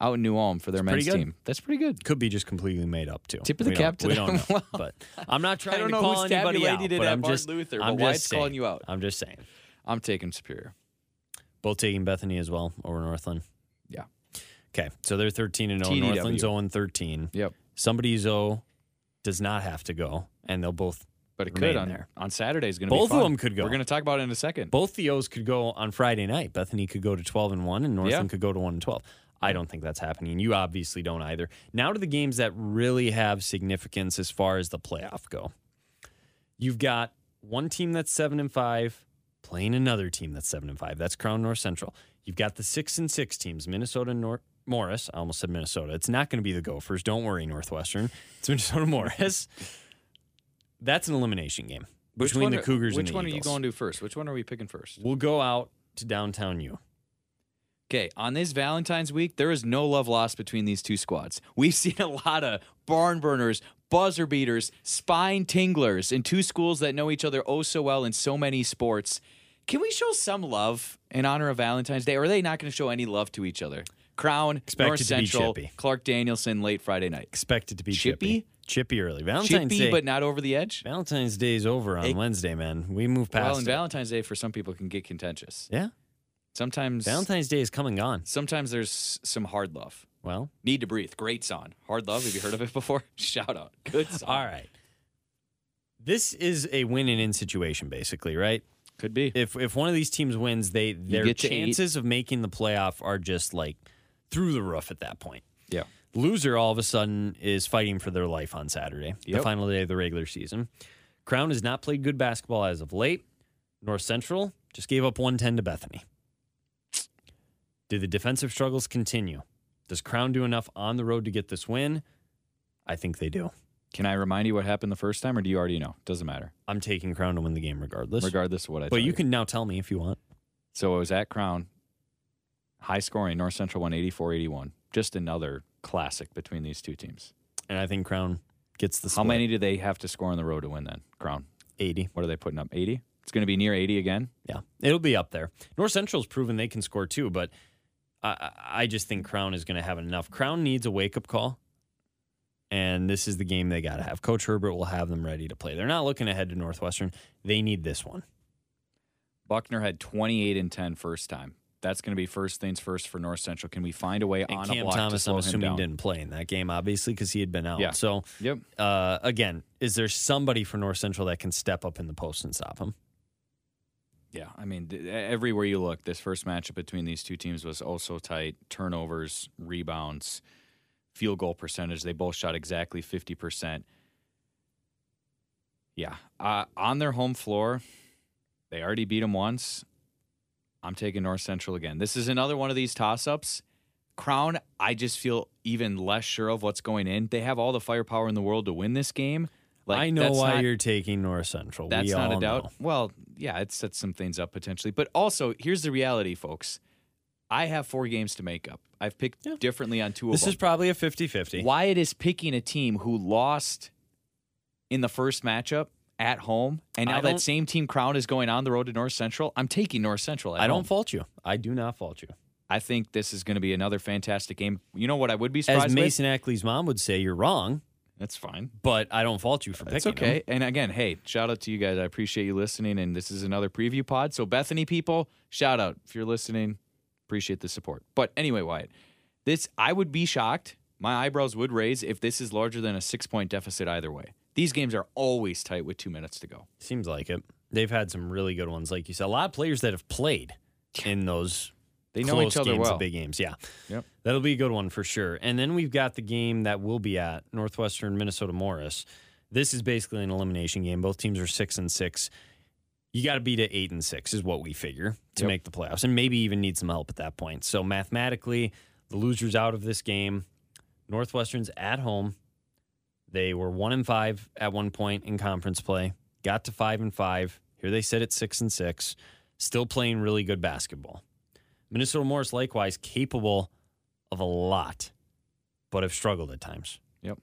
out in New Ulm for their men's
pretty good.
team. That's pretty good.
Could be just completely made up too.
Tip of the
We
cap
don't-
to
we
them. *laughs*
don't know. But I'm not trying
don't
to
know
call
who's
anybody out.
tabulated
but
at
I'm
Martin
just
Luther, but
I'm
why
just
it's calling
saying.
you out?
I'm just saying.
I'm taking Superior.
Both taking Bethany as well over Northland.
Yeah.
Okay, so they're 13 and 0.
TDW.
Northland's 0 and 13.
Yep.
somebody's O oh does not have to go, and they'll both
But it
Remain
could on,
there.
on Saturday is going to be
Both of
fun.
them could go.
We're going to talk about it in a second.
both the O's could go on Friday night. Bethany could go to twelve and one, and Northland
Yeah.
could go to one and twelve. I don't think that's happening. You obviously don't either. Now to the games that really have significance as far as the playoff go. You've got one team that's seven and five playing another team that's seven and five. That's Crown North Central. You've got the six and six teams, Minnesota and Nor- Morris. I almost said Minnesota. It's not going to be the Gophers. Don't worry, Northwestern. It's Minnesota *laughs* Morris. That's an elimination game
Which
between
one
the
are-
Cougars and
Which
the
one
Eagles.
are you going to first? Which one are we picking first?
We'll go out to downtown U.
Okay, on this Valentine's week, there is no love lost between these two squads. We've *laughs* seen a lot of barn burners, buzzer beaters, spine tinglers in two schools that know each other oh so well in so many sports. Can we show some love in honor of Valentine's Day? Or are they not going to show any love to each other? Crown,
Expect
North
it to be
Central,
chippy.
Clark Danielson, late Friday night.
Expected to be
Chippy?
chippy. Chippy early. Valentine's
Chippy,
Day.
but not over the edge.
Valentine's Day is over on
It-
Wednesday, man. We move past
Well, and
it.
Valentine's Day for some people can get contentious.
yeah.
Sometimes,
Valentine's Day is coming on.
sometimes there's s- some hard love.
Well,
Need to breathe. Great song. Hard love. Have you heard of it before? *laughs* Shout out. Good song.
all right. This is a win and in situation, basically, right?
Could be.
If if one of these teams wins, they their
get to eight.
chances of making the playoff are just like through the roof at that point.
Yeah.
Loser all of a sudden is fighting for their life on Saturday, the
Yep.
final day of the regular season. Crown has not played good basketball as of late. North Central just gave up 110 to Bethany. Do the defensive struggles continue? Does Crown do enough on the road to get this win? I think they do.
Can I remind you what happened the first time, or do you already know? Doesn't matter.
I'm taking Crown to win the game regardless.
Regardless of what I.
but
tell
you can now tell me if you want.
So it was at Crown. High scoring. North Central 184 81. Just another classic between these two teams.
And I think Crown gets the
How
split.
many do they have to score on the road to win then? Crown.
80.
What are they putting up? 80? It's going to be near 80 again.
Yeah, it'll be up there. North Central's proven they can score too, but I- I, I just think Crown is going to have enough. Crown needs a wake up call, and this is the game they got to have. Coach Herbert will have them ready to play. They're not looking ahead to Northwestern. They need this one.
Buckner had 28 and 10 first time. That's going to be first things first for North Central. Can we find a way
And
on a
Cam
block to
Thomas,
slow
I'm
him
assuming,
down?
didn't play in that game, obviously, because he had been out.
Yeah.
So,
Yep.
uh, again, is there somebody for North Central that can step up in the post and stop him?
Yeah, I mean, th- e, everywhere you look, this first matchup between these two teams was oh so tight. Turnovers, rebounds, field goal percentage. They both shot exactly 50%. Yeah. Uh, on their home floor, they already beat them once. I'm taking North Central again. This is another one of these toss ups. Crown, I just feel even less sure of what's going in. They have all the firepower in the world to win this game. Like,
I know
that's
why
not-
you're taking North Central.
that's
we
not
all
a doubt.
know.
Well, yeah, it sets some things up potentially. But also, here's the reality, folks. I have four games to make up. I've picked
Yeah.
differently on two
This
of
is probably a 50 50.
them. Why it is picking a team who lost in the first matchup at home, and
I
now
don't-
that same team crown is going on the road to North Central. I'm taking North Central. At
I don't
home.
fault you. I do not fault you.
I think this is going to be another fantastic game. You know what? I would be surprised.
as
with?
Mason Ackley's mom would say, you're wrong,
That's fine.
but I don't fault you for picking
That's okay.
him.
And again, hey, shout out to you guys. I appreciate you listening. And this is another preview pod. So, Bethany people, shout out if you're listening. Appreciate the support. But anyway, Wyatt, this I would be shocked. My eyebrows would raise if this is larger than a six point deficit either way. These games are always tight with two minutes to go.
Seems like it. They've had some really good ones, like you said. A lot of players that have played in those.
They know
close
each other
games, the
well.
big games, yeah.
Yep.
That'll be a good one for sure. And then we've got the game that will be at Northwestern Minnesota Morris. This is basically an elimination game. Both teams are six and six. You got to be to eight and six is what we figure to
Yep.
make the playoffs, and maybe even need some help at that point. So mathematically, the losers out of this game. Northwestern's at home. They were one and five at one point in conference play. Got to five and five. Here they sit at six and six. Still playing really good basketball. Minnesota Morris likewise capable of a lot, but have struggled at times.
Yep.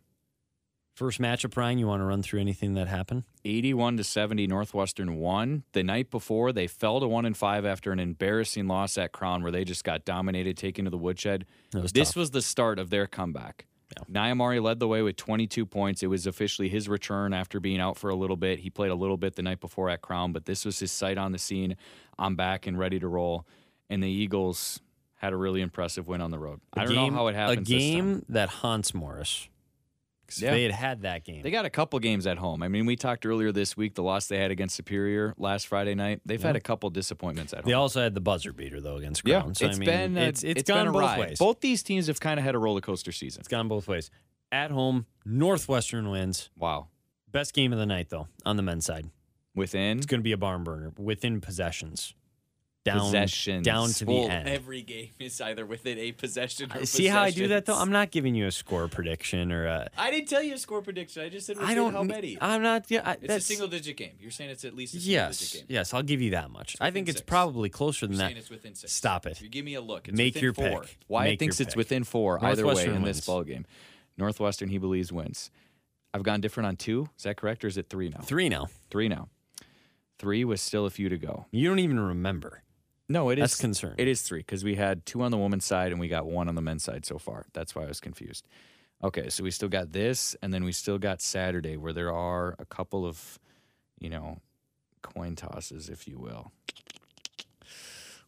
First matchup, Ryan. You want to run through anything that happened?
81 to 70 northwestern won the night before they fell to 1 and 5 after an embarrassing loss at crown where they just got dominated taken to the woodshed
That was
this
tough.
was the start of their comeback Nyamari led the way with 22 points. It was officially his return after being out for a little bit. He played a little bit the night before at Crown, but this was his sight on the scene. I'm back and ready to roll. And the Eagles had a really impressive win on the road. I
I
I don't know how it happens.
A
this time.
game that haunts Morris. 'Cause
Yeah.
They had had that game.
They got a couple games at home. I mean, we talked earlier this week the loss they had against Superior last Friday night. They've had a couple disappointments at home.
They also had the buzzer beater though against
yeah,
Crown. so
it's
I mean,
been a-
it's it's
been
gone
a
both
ride.
ways.
Both these teams have kind of had a roller coaster season.
It's gone both ways. At home, Northwestern wins.
Wow,
Best game of the night though on the men's side.
within
It's going to be a barn burner within possessions. Down
possessions,
down to the
Well,
end. Uh,
Every game is either within a possession. Or
See how I do that though?
possessions.
I'm not giving you a score prediction or a
I didn't tell you a score prediction. I just said within
I don't
how many.
I'm not yeah, I,
it's a
that's-
single digit game. You're saying it's at least a single
Yes.
digit game.
Yes, I'll give you that much. I think
within
it's
six.
probably closer than
You're
that.
saying it's within six.
Stop it.
You give me a look. It's
Make
within
your
four.
pick.
Wyatt
Make your
thinks it's
pick.
within four either way
Northwestern
in this
wins.
ball game. Northwestern, he believes wins. I've gone different on two. Is that correct, or is it three now?
Three now.
Three now. Three with still a few to go.
You don't even remember.
No, it is
That's concerning.
It is three because we had two on the women's side and we got one on the men's side so far. That's why I was confused. Okay, so we still got this, and then we still got Saturday, where there are a couple of, you know, coin tosses, if you will.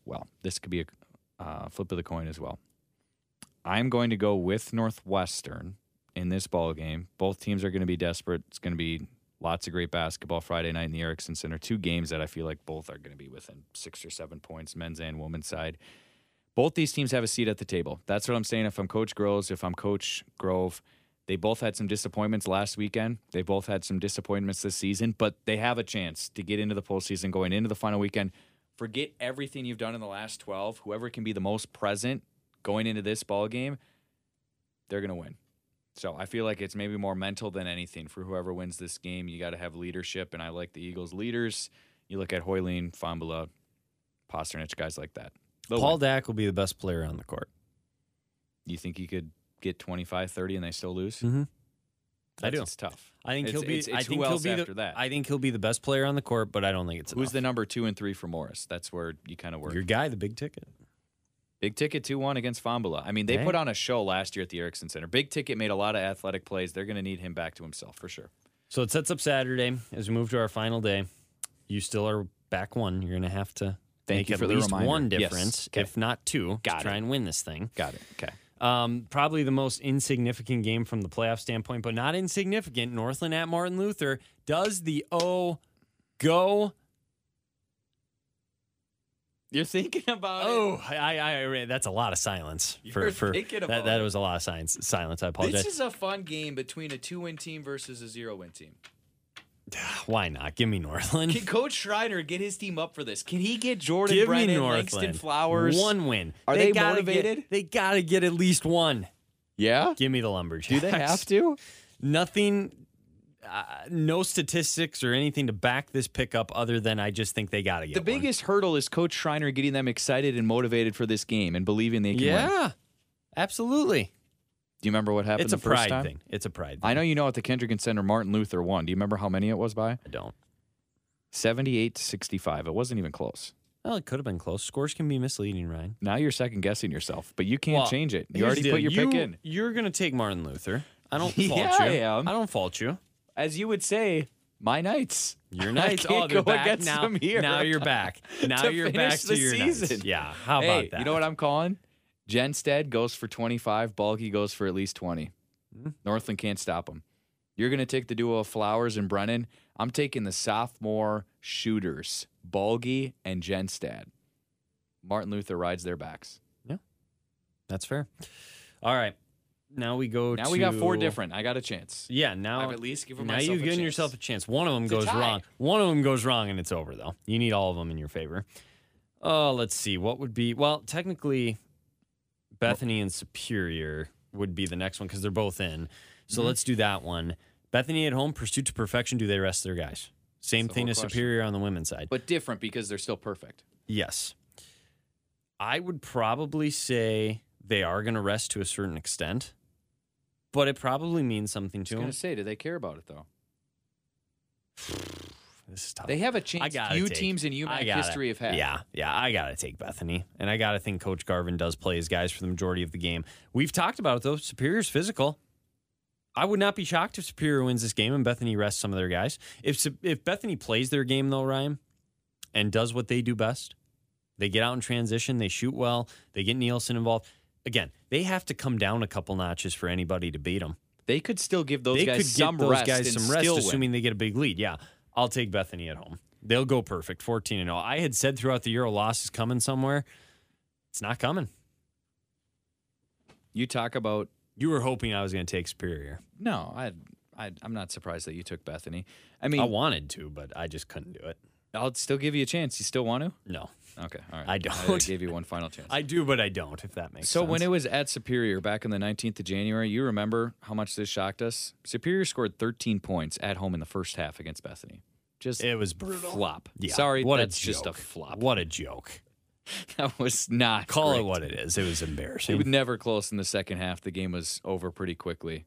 Well, this could be a uh, flip of the coin as well. I'm going to go with Northwestern in this ball game. Both teams are going to be desperate. It's going to be lots of great basketball Friday night in the Erickson Center. Two games that I feel like both are going to be within six or seven points, men's and women's side both these teams have a seat at the table. That's what I'm saying. If I'm Coach Groves, if I'm Coach Grove, they both had some disappointments last weekend. They both had some disappointments this season, but they have a chance to get into the postseason going into the final weekend. Forget everything you've done in the last 12. Whoever can be the most present going into this ball game, they're going to win. So I feel like it's maybe more mental than anything for whoever wins this game. You got to have leadership, and I like the Eagles' leaders. You look at Hoyleen, Fombula, Posternich, guys like that. They'll win.
Paul Dak will be the best player on the court.
You think he could get 25, 30 and they still lose?
Mhm. I
That's-
do.
It's tough.
I think
It's-
he'll be.
it's-
I
it's who
think he'll
else
be the,
after that?
I think he'll be the best player on the court, but I don't think it's
Who's the
enough.
number two and three for Morris? That's where you kind of work.
your guy, the big ticket.
Big ticket 2 1 against Fombula. I mean, they
Dang.
put on a show last year at the Erickson Center. Big ticket made a lot of athletic plays. They're going to need him back to himself for sure.
So it sets up Saturday as we move to our final day. You still are back one. You're going to have to
Thank
make
you
at
for the
least
reminder.
one
Yes.
difference,
Okay.
if not two,
Got
to try
it.
and win this thing.
Got it. Okay.
Um, probably the most insignificant game from the playoff standpoint, but not insignificant. Northland at Martin Luther. Does the O go?
You're thinking about
Oh, I, I, I that's a lot of silence for
You're
for
thinking
that.
about
That
it.
was a lot of silence. Silence. I apologize.
This is a fun game between a two win team versus a zero win team.
Why not? Give me Northland.
Can Coach Schreiner get his team up for this? Can he get Jordan
Give
Brennan,
me Northland.
Langston Flowers?
One win.
Are they
gotta get-
motivated?
they gotta get at least one. *laughs*
Yeah.
Give me the Lumberjacks.
Do they have to?
Nothing. Uh, no statistics or anything to back this pickup other than I just think they gotta get
The
one.
biggest hurdle is Coach Schreiner getting them excited and motivated for this game and believing they can win.
Yeah, absolutely.
Do you remember what happened
It's a
the first
pride
time?
thing. It's a pride. Thing.
I know you know at the Kendrick and Center, Martin Luther won. Do you remember how many it was by?
I don't.
78 to 65. It wasn't even close.
Well, it could have been close. Scores can be misleading, Ryan.
Now you're second guessing yourself, but you can't
Well,
change it. You
here's
already
the
put
deal.
your
You-
pick in.
You're gonna take Martin Luther. I don't fault
*laughs* Yeah,
you.
I am.
I don't fault you.
As you would say, my Knights.
Your Knights.
*laughs* I can't
oh, they're
go
back
against
now.
them here.
Now you're back. Now
*laughs* To
you're back
finish
to
the
your Knights.
season.
Yeah. How
hey,
about that?
you know what I'm calling? Jenstead goes for 25. Balky goes for at least 20.
Hmm.
Northland can't stop him. You're going to take the duo of Flowers and Brennan. I'm taking the sophomore shooters, Balgi and Jenstad. Martin Luther rides their backs.
That's fair. All right. Now we go.
Now we got four
to-
different. I got a chance.
Yeah. Now
I've at least given
now
myself
you've
a
given
chance.
yourself a chance. One of them
a
goes
tie.
wrong. One of them goes wrong, and it's over though. You need all of them in your favor. Oh, let's see. What would be? Well, technically, Bethany and Superior would be the next one because they're both in. So
Mm-hmm.
let's do that one. Bethany at home, Pursuit to Perfection. Do they rest their guys? Same
the
thing
whole
as
question.
Superior on the women's side.
But different because they're still perfect.
Yes. I would probably say they are going to rest to a certain extent, but it probably means something
I
to
was
them.
going to say, do they care about it though?
This is tough.
They have a
I
chance
gotta
few
take-
teams in
I
UMAC
gotta-
history have had.
Yeah, yeah, I gotta take Bethany, and I gotta think Coach Garvin does play his guys for the majority of the game. We've talked about it though. Superior's physical. I would not be shocked if Superior wins this game and Bethany rests some of their guys. If Sup- if Bethany plays their game though, Ryan, and does what they do best, they get out in transition, they shoot well, they get Nielsen involved. Again, they have to come down a couple notches for anybody to beat them.
They could still give those
they
guys
could get
some
those
rest
guys
and
some rest,
still win.
assuming they get a big lead. Yeah, I'll take Bethany at home. They'll go perfect, fourteen and zero. I had said throughout the year a loss is coming somewhere. It's not coming.
you talk about
You were hoping I was going to take Superior.
no, I, I I'm not surprised that you took Bethany. I mean,
I wanted to, but I just couldn't do it.
I'll still give you a chance. You still want to?
No,
Okay, all right.
I
*laughs* I
don't.
gave you one final chance.
I do, but I don't. If that makes
so
sense.
when it was at Superior back on the 19th of January, you remember how much this shocked us? Superior scored 13 points at home in the first half against Bethany. Just
it was brutal.
flop.
Yeah.
Sorry,
what
that's
a
just a
joke.
flop. *laughs*
What a joke.
That was not
Call it
great.
what it is. It was
It
embarrassing.
was never close in the second half. The game was over pretty quickly.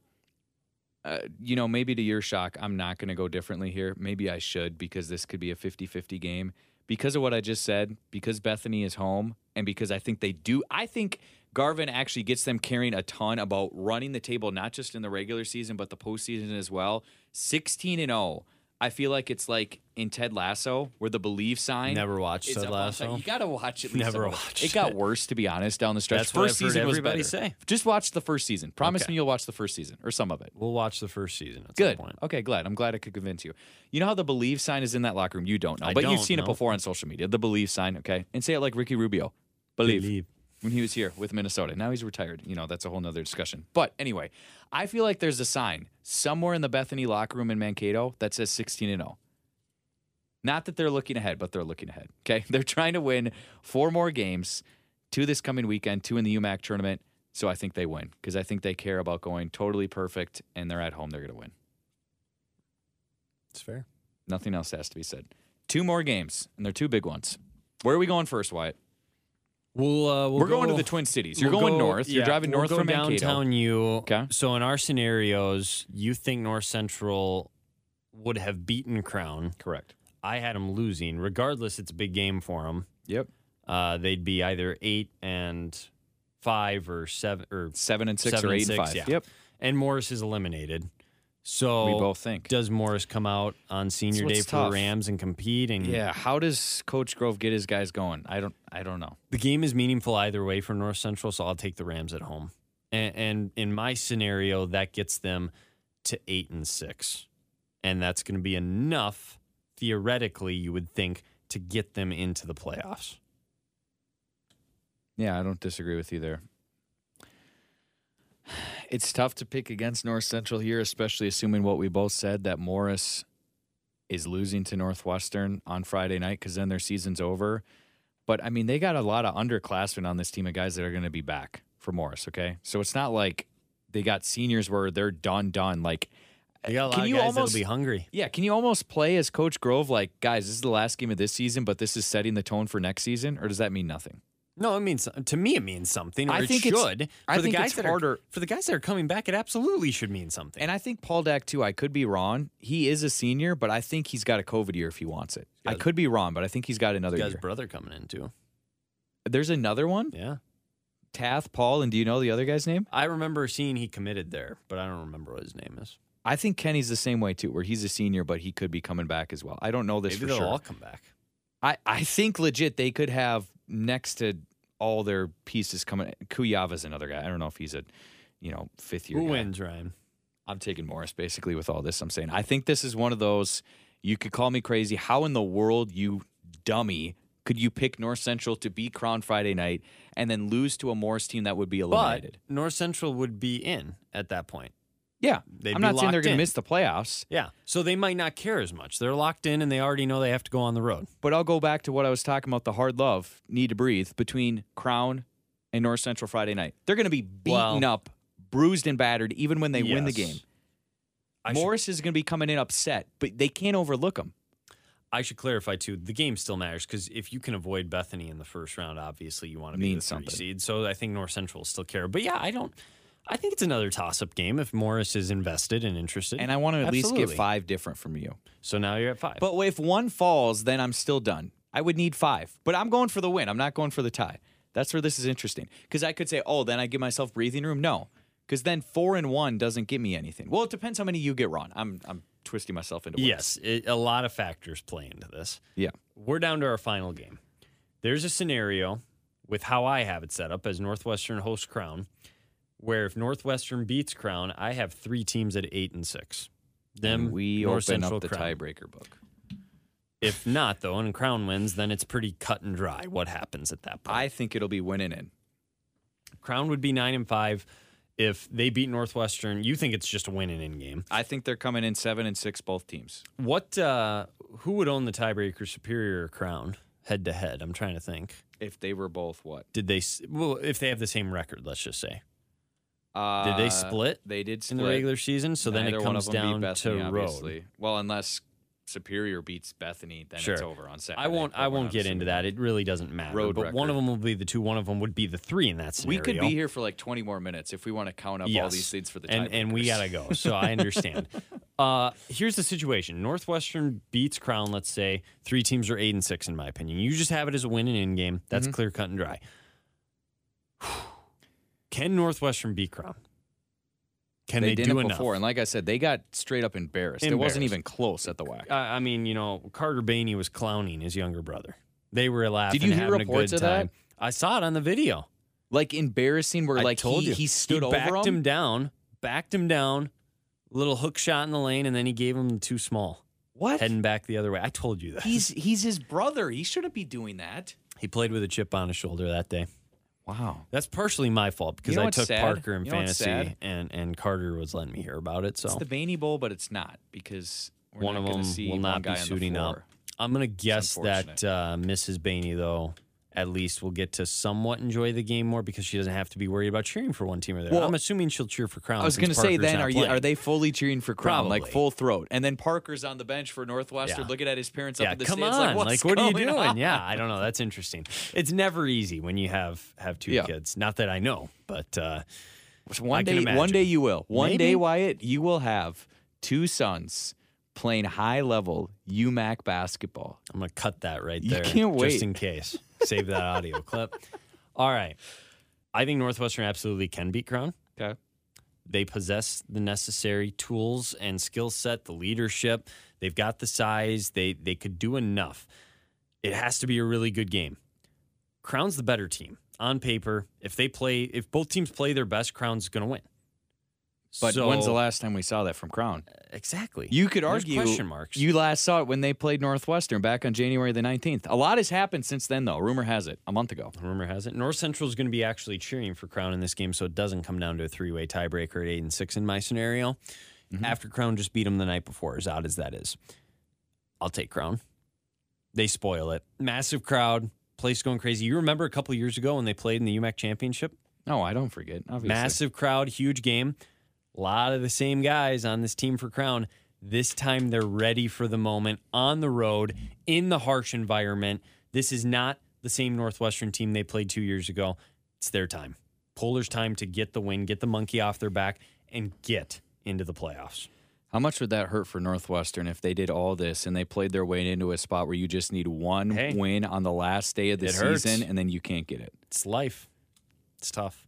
Uh, you know, maybe to your shock, I'm not going to go differently here. Maybe I should because this could be a 50 50 game. Because of what I just said, because Bethany is home, and because I think they do, I think Garvin actually gets them carrying a ton about running the table, not just in the regular season, but the postseason as well. 16 and 0. I feel like it's like in Ted Lasso, where the believe
*laughs*
sign
Never watched
is
Ted
up on top.
Lasso.
You gotta watch at least
Never
some of it.
watched
It got
it.
worse, to be honest, down the stretch.
That's
first
what I've heard
season was
everybody
better.
say.
Just watch the first season. Promise
Okay.
me you'll watch the first season or some of it.
We'll watch the first season. At
Good.
Some point.
Okay, glad. I'm glad I could convince you. You know how the believe sign is in that locker room? You don't know,
I
but you've
don't
seen it
know.
before on social media. The believe sign, okay? And say it like Ricky Rubio. Believe. When he was here with Minnesota. Now he's retired. You know, that's a whole nother discussion. But anyway, I feel like there's a sign somewhere in the Bethany locker room in Mankato that says 16 and 0. Not that they're looking ahead, but they're looking ahead. Okay. *laughs* They're trying to win four more games, two this coming weekend, two in the UMAC tournament. So I think they win because I think they care about going totally perfect and they're at home. They're going to win.
It's fair.
Nothing else has to be said. Two more games, and they're two big ones. Where are we going first, Wyatt?
We'll, uh, we'll
We're going to
go-
the Twin Cities. You're
we'll
going
go-
north. You're
yeah,
driving
we'll
north
go
from Mankato.
downtown. You
Okay.
So in our scenarios, you think North Central would have beaten Crown.
Correct.
I had them losing. Regardless, it's a big game for them.
Yep.
Uh, they'd be either eight and five or seven or
Seven and six
seven
or
and
eight
six,
and five.
yeah.
Yep.
and Morris is eliminated. So
We both think.
Does Morris come out on senior
what's
day for
tough.
the Rams and compete? And
Yeah. How does Coach Grove get his guys going? I don't. I don't know.
the game is meaningful either way for North Central, so I'll take the Rams at home. And, and in my scenario, that gets them to eight and six, and that's going to be enough theoretically, you would think, to get them into the playoffs.
Yeah, I don't disagree with you there. *sighs* It's tough to pick against North Central here, especially assuming what we both said that Morris is losing to Northwestern on Friday night because then their season's over. But I mean, they got a lot of underclassmen on this team of guys that are going to be back for Morris. Okay, so it's not like they got seniors where they're done, done. Like,
You got a lot
Can
of
you
guys
almost-
that'll be hungry.
yeah, can you almost play as Coach Grove like, guys, this is the last game of this season, but this is setting the tone for next season, or does that mean nothing?
No, it means to me. It means something. Or
I
it
think it's-
should.
I
for the
think
guys
it's
that
harder-
Are, for the guys that are coming back, it absolutely should mean something.
And I think Paul Dak too. I could be wrong. He is a senior, but I think he's got a COVID year if he wants it. I
Guys-
could be wrong, but I think he's got another
You got his
year.
brother coming in too.
There's another one.
Yeah,
Tath, Paul, and do you know the other guy's name?
I remember seeing he committed there, but I don't remember what his name is.
I think Kenny's the same way too, where he's a senior, but he could be coming back as well. I don't know this
Maybe
for
they'll
sure.
all come back.
I, I think legit they could have next to all their pieces coming. Kuyava's another guy. I don't know if he's a, you know, fifth year.
Who
guy.
wins, Ryan?
I'm taking Morris basically with all this. I'm saying I think this is one of those. You could call me crazy. How in the world, you dummy, could you pick North Central to be crowned Friday night and then lose to a Morris team that would be
But
eliminated?
North Central would be in at that point.
yeah,
they'd
I'm
be
not saying they're
locked in.
going to miss the playoffs.
Yeah, so they might not care as much. They're locked in, and they already know they have to go on the road.
But I'll go back to what I was talking about: the hard love, need to breathe between Crown and North Central Friday night. They're going to be beaten
Well-
up, bruised and battered, even when they win the
Yes.
game.
I should-
Morris is going to be coming in upset, but they can't overlook them.
I should clarify too. The game still matters because if you can avoid Bethany in the first round, obviously you want to be the
Means
three
something.
seed. So I think North Central will still care. But yeah, I don't. I think it's another toss-up game if Morris is invested and interested.
And I want to at least
Absolutely.
get five different from you.
So now you're at five.
But if one falls, then I'm still done. I would need five, but I'm going for the win. I'm not going for the tie. That's where this is interesting because I could say, oh, then I give myself breathing room. No, because then four and one doesn't get me anything. Well, it depends how many you get wrong. I'm I'm twisting myself into words.
yes, it, a lot of factors play into this.
yeah,
We're down to our final game. There's a scenario with how I have it set up as Northwestern hosts Crown, where if Northwestern beats Crown, I have three teams at eight and six. Them
and we
North
open
Central
up the
Crown.
tiebreaker book.
If not, though, and Crown wins, then it's pretty cut and dry what happens at that point.
I think it'll be winning in.
Crown would be nine and five. If they beat Northwestern, you think it's just a win and in game.
I think they're coming in seven and six, both teams.
What? Uh, who would own the tiebreaker, Superior or Crown, head to head? I'm trying to think.
If they were both what?
Did they? s- Well, if they have the same record, let's just say
Uh,
Did they split
They did
in
split
the regular season. So then it
Neither one of
comes
them beat
down
Bethany,
to road.
obviously. Well, unless Superior beats Bethany, then it's
Sure.
over on Saturday.
I won't.
but
I
we're
won't
not
get into
assuming.
that. It really doesn't matter.
Road
but one
record.
of them will be the two. One of them would be the three in that
We
scenario.
could be here for like 20 more minutes if we want to count up all
Yes.
these leads for the
and and we
tiebreakers.
gotta go. So I
*laughs*
understand. uh, here's the situation: Northwestern beats Crown. Let's say three teams are eight and
Mm-hmm.
six, in my opinion. You just have it as a win and in game. That's clear cut and dry. *sighs* Can Northwestern beat Crown? Can
they,
they,
didn't
do enough?
before, and like I said, they got straight up embarrassed. It wasn't
Embarrassed. uh,
even close at the whack.
I, I mean, you know, Carter Bainey was clowning his younger brother. They were laughing.
you hear
having
reports
a
of
good
that?
time. I saw it on the video.
Like embarrassing, where
I
like
told
he,
you
he stood
he
over
backed
him.
him down, backed him down, little hook shot in the lane, and then he gave him too small,
What?
heading back the other way. I told you that.
He's he's his brother. He shouldn't be doing that.
he played with a chip on his shoulder that day.
Wow.
That's partially my fault because
know
I
what's
took
sad?
Parker in
You know what's
fantasy,
sad?
and and Carter was letting me hear about it. So
It's the Vaney Bowl, but it's not because we're
one
not
of
gonna
them
see
will
one
not
guy
be
on the
suiting up.
floor.
I'm gonna guess that
unfortunate.
uh, Mrs. Bainey though at least will get to somewhat enjoy the game more because she doesn't have to be worried about cheering for one team or the other.
Well,
I'm assuming she'll cheer for Crown.
I was
since
gonna say
Parker's
then
not
are you
playing.
are they fully cheering for Crown like
Probably.
full throat? And then Parker's on the bench for Northwestern
Yeah.
looking at his parents up
Yeah,
in the
come
stands
on.
like what's
what are you
going
doing?
on?
Yeah, I don't know. That's interesting. It's never easy when you have have two
Yeah.
kids. Not that I know, but uh, I
One
can
day, one
imagine.
day you will. One
Maybe.
day, Wyatt, you will have two sons playing high level UMAC basketball.
I'm gonna cut that right
You
there.
can't
Just
wait.
in case. Save that
*laughs*
audio clip. All right. I think Northwestern absolutely can beat Crown.
Okay.
They possess the necessary tools and skill set, the leadership. They've got the size. They they could do enough. It has to be a really good game. Crown's the better team on paper. If they play, if both teams play their best, Crown's going to win.
But
So-
when's the last time we saw that from Crown?
Exactly.
You could
There's
argue
question marks.
you last saw it when they played Northwestern back on January the 19th. A lot has happened since then, though. Rumor has it, a month ago.
Rumor has it North Central is going to be actually cheering for Crown in this game, so it doesn't come down to a three-way tiebreaker at eight and six in my scenario. After Crown just beat them the night before, as odd as that is, I'll take Crown. They spoil it. Massive crowd, place going crazy. You remember a couple years ago when they played in the UMAC championship?
No, I don't forget. Obviously.
Massive crowd, huge game. A lot of the same guys on this team for Crown. This time they're ready for the moment on the road in the harsh environment. This is not the same Northwestern team they played two years ago. It's their time. Polar's time to get the win, get the monkey off their back, and get into the playoffs.
How much would that hurt for Northwestern if they did all this and they played their way into a spot where you just need one
Hey.
win on the last day of the
It hurts.
season and then you can't get it?
It's life. It's tough.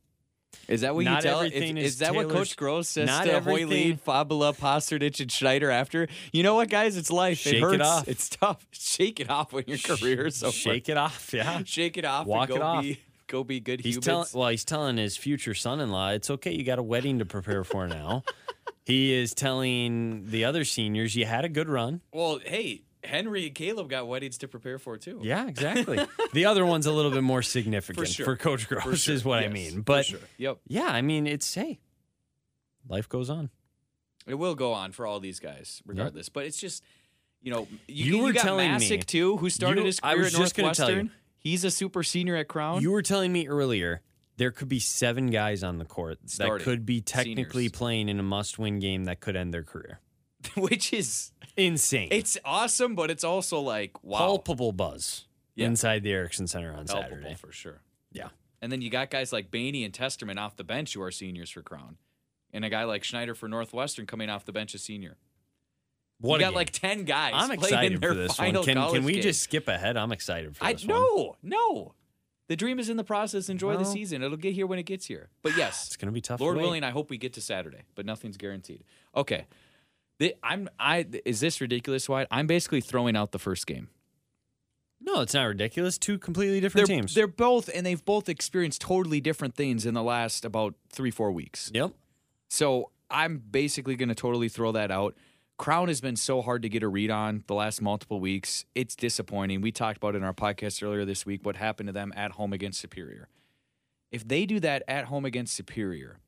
Is that what
Not
you tell? Is,
everything is
is that what
Taylor's-
Coach Groves says
not
to
everything-
Hoyley, Fabula, Posterditch, and Schneider after? You know what, guys? It's life.
Shake it
it hurts.
off.
It's tough. *laughs* Shake it off when your career is over.
Shake it off.
*laughs*
Yeah.
Shake it off.
Walk
and
it
go
off.
Be, go be good
He's
humans.
telling well, he's telling his future son-in-law, it's okay, you got a wedding to prepare for now. *laughs* he is telling the other seniors, you had a good run.
well, hey, Henry and Caleb got weddings to prepare for too.
Yeah, exactly. *laughs* the other one's a little bit more significant for,
sure.
Coach Gross, is what I mean.
for
But
sure. Yep.
yeah, I mean, it's hey, life goes on.
It will go on for all these guys, regardless. But it's just, you know, you,
You
you
were
got
telling me-
Masick too, who started
You-
his
I
career
was
at
just gonna tell you.
Northwestern. He's a super senior at Crown.
You were telling me earlier there could be seven guys on the court that
Starting.
could be technically
Seniors.
playing in a must-win game that could end their career.
*laughs* which is
Insane.
it's awesome, but it's also like wow,
palpable buzz
Yeah.
inside the Erickson Center on
palpable
Saturday.
for sure.
Yeah.
And then you got guys like Bainey and Testerman off the bench who are seniors for Crown, and a guy like Schneider for Northwestern coming off the bench as senior.
What
you
a
got
game.
like ten guys.
I'm
playing
excited
in their
for this one.
final
Can, can
college
we
game.
just skip ahead? I'm excited for
I
this one.
no no. The dream is in the process. Enjoy the
Well-
season. It'll get here when it gets here.
*sighs*
But yes,
It's going to be tough. to
Lord
wait.
willing, I hope we get to Saturday, but nothing's guaranteed. Okay, The- I'm I is this ridiculous? Wide? I'm basically throwing out the first game.
No, it's not ridiculous. Two completely
They're
different teams.
they're both and they've both experienced totally different things in the last about three four weeks.
yep.
So I'm basically going to totally throw that out. Crown has been so hard to get a read on the last multiple weeks. It's disappointing. We talked about it in our podcast earlier this week what happened to them at home against Superior. If they do that at home against Superior,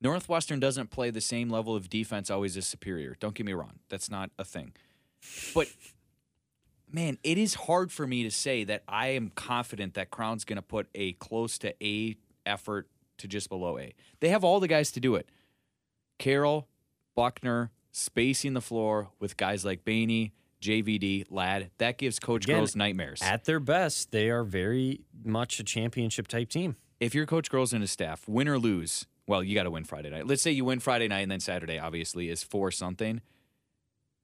Northwestern doesn't play the same level of defense always as Superior. Don't get me wrong. That's not a thing. But man, it is hard for me to say that I am confident that Crown's going to put a close to A effort to just below A. They have all the guys to do it. Carroll, Buckner, spacing the floor with guys like Bainey, JVD, Ladd. That gives Coach
Again,
Groves nightmares.
At their best, they are very much a championship type team.
if you're Coach Groves and his staff, win or lose, well, you got to win Friday night. Let's say you win Friday night and then Saturday, obviously, is four something.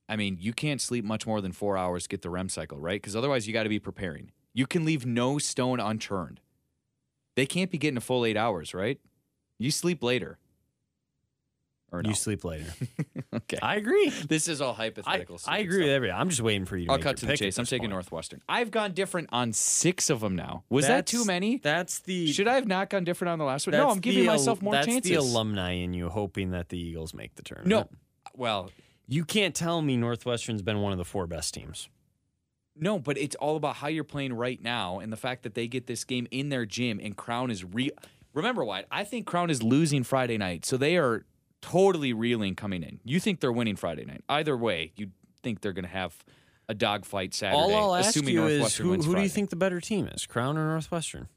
I mean, you can't sleep much more than four hours, get the REM cycle, right? Because otherwise, you got to be preparing. You can leave no stone unturned. They can't be getting a full eight hours, right? You sleep later. *laughs* Or no.
You sleep
*laughs*
later.
okay.
I agree.
this is all
I,
hypothetical.
I
stupid
agree with
stuff.
everything. I'm just waiting for you to
I'll
make
cut
your
to the
pick at
chase. I'm
this
taking
point.
Northwestern. I've gone different on six of them now. Was that too
That's-
many?
That's the
Should I have not gone different on the last one?
that's
No, I'm giving
the al-
myself more
that's
chances.
the alumni in you hoping that the Eagles make the tournament.
no. Well,
You can't tell me Northwestern's been one of the four best teams.
No, but it's all about how you're playing right now and the fact that they get this game in their gym and Crown is re Remember Wyatt, I think Crown is losing Friday night. So they are totally reeling coming in. You think they're winning Friday night. Either way, you think they're going to have a dogfight Saturday,
All I'll ask
assuming
you is
Northwestern
who,
wins
who do you
Friday.
think the better team is, Crown or Northwestern?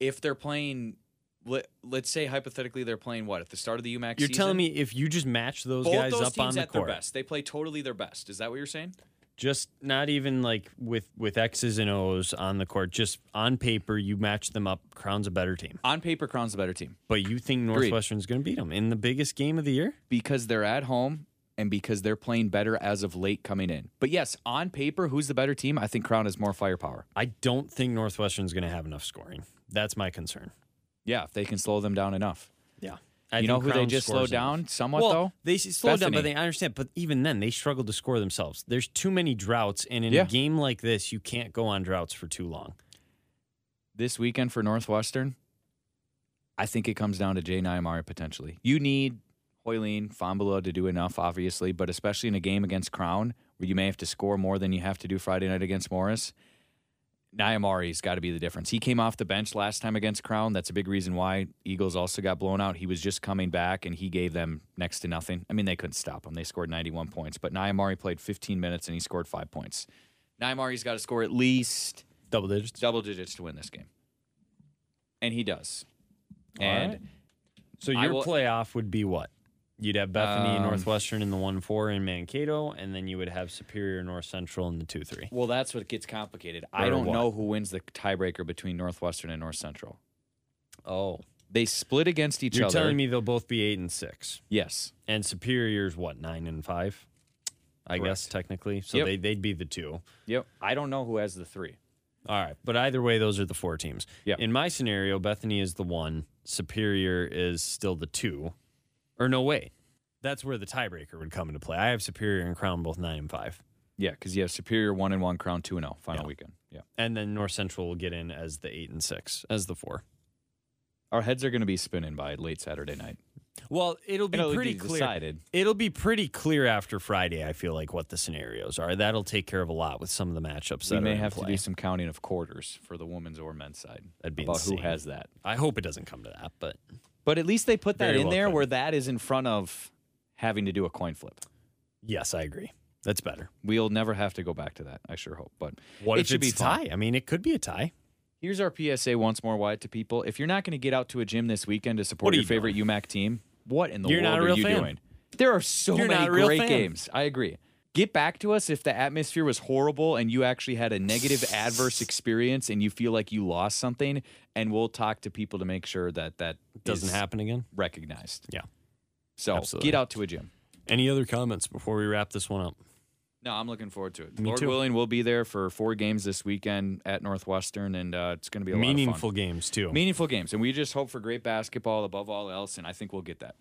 if they're playing let, let's say hypothetically they're playing what at the start of the UMAC
You're
season?
telling me if you just match those
both
guys
those
up
teams
on the
at their
court,
best. They play totally their best. Is that what you're saying?
just not even like with with X's and O's on the court, just on paper you match them up. Crown's a better team,
On paper Crown's the better team.
but you think Northwestern's going to beat them in the biggest game of the year?
because they're at home and because they're playing better as of late coming in. But yes, on paper, who's the better team? I think Crown has more firepower.
I don't think Northwestern's going to have enough scoring. That's my concern.
Yeah, if they can slow them down enough.
Yeah. I think
you know who they
Crown
just slowed
scores
down
enough.
somewhat
well,
though?
They s- slowed down, but
Bethany.
they I understand. But even then, they struggled to score themselves. There's too many droughts, and in
Yeah.
a game like this, you can't go on droughts for too long.
This weekend for Northwestern, I think it comes down to Jay Nymari potentially. You need Hoyleen, Fombolo to do enough, obviously, but especially in a game against Crown where you may have to score more than you have to do Friday night against Morris. Nyamari's got to be the difference. He came off the bench last time against Crown. That's a big reason why Eagles also got blown out. He was just coming back and he gave them next to nothing. I mean, they couldn't stop him. They scored 91 points, but Nyamari played 15 minutes and he scored five points. Nyamari's got to score at least
Double digits.
double digits to win this game. And he does.
All
and
right. So
I
your
will-
playoff would be what? You'd have Bethany and
Um,
Northwestern in the one four in Mankato, and then you would have Superior North Central in the two three.
well, that's what gets complicated. I
Or
don't
what?
know who wins the tiebreaker between Northwestern and North Central.
Oh,
They split against each
you're
other.
telling me they'll both be eight and six,
yes.
and Superior's what nine and five? I guess technically, so
Yep.
they they'd be the two.
Yep. I don't know who has the three.
All right, but either way, those are the four teams.
Yep.
In my scenario, Bethany is the one. Superior is still the two, or no way. That's where the tiebreaker would come into play. I have Superior and Crown both nine and five,
Yeah, because you have Superior one and one, Crown two and zero. Final weekend. Yeah.
and then North Central will get in as the eight and six, as the four.
Our heads are going to be spinning by late Saturday night.
Well, it'll be
It'll be
pretty clear.
decided.
It'll be pretty clear after Friday. I feel like what the scenarios are. That'll take care of a lot with some of the matchups.
we
that are
may
in
have to
play.
do some counting of quarters for the women's or men's side.
That'd be
about
insane.
who has that.
I hope it doesn't come to that, but
But at least they put that
Very
in
well
there
could.
where that is in front of having to do a coin flip.
yes, I agree. That's better.
We'll never have to go back to that. I sure hope. But
What
it
if
should
it's a
be fun.
tie? I mean, it could be a tie.
Here's our PSA once more, Wyatt, to people: If you're not going to get out to a gym this weekend to support
What are
your
you
favorite UMAC team, what in the
You're
world
not a
are
real
you
fan.
doing? There are so
You're
many
not a real
great
fan.
games. I agree. Get back to us if the atmosphere was horrible and you actually had a negative
*sighs*
adverse experience and you feel like you lost something, and we'll talk to people to make sure that that
Doesn't
is
happen again.
Recognized.
Yeah.
So
Absolutely.
get out to a gym.
Any other comments before we wrap this one up?
No, I'm looking forward to it.
Me
Lord
too.
willing, we'll be there for four games this weekend at Northwestern, and uh, it's going to be a lot of fun.
Meaningful games too.
meaningful games, and we just hope for great basketball above all else, and I think we'll get that.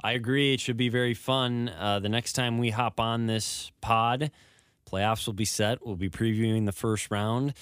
I agree. It should be very fun. Uh, the next time we hop on this pod, playoffs will be set. We'll be previewing the first round.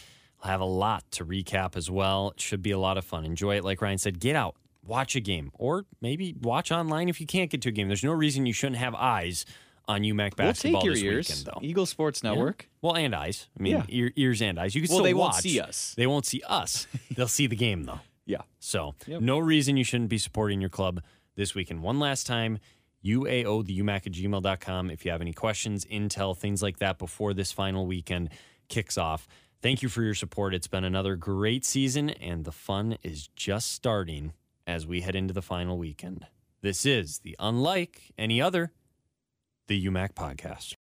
I'll have a lot to recap as well. It should be a lot of fun. Enjoy it. Like Ryan said, get out, watch a game, or maybe watch online if you can't get to a game. There's no reason you shouldn't have eyes on UMAC basketball
we'll
this
take your ears,
weekend, though.
Eagle Sports Network.
Well, and eyes. I mean,
Yeah.
ear, ears and eyes. You can
Well,
still
they won't
watch.
see us.
They won't see
*laughs*
us. They'll see the game though.
Yeah.
So,
Yep.
no reason you shouldn't be supporting your club this weekend. One last time, UAO, the UMAC at gmail.com. If you have any questions, intel, things like that before this final weekend kicks off. Thank you for your support. It's been another great season, and the fun is just starting as we head into the final weekend. This is the unlike any other, the UMAC podcast.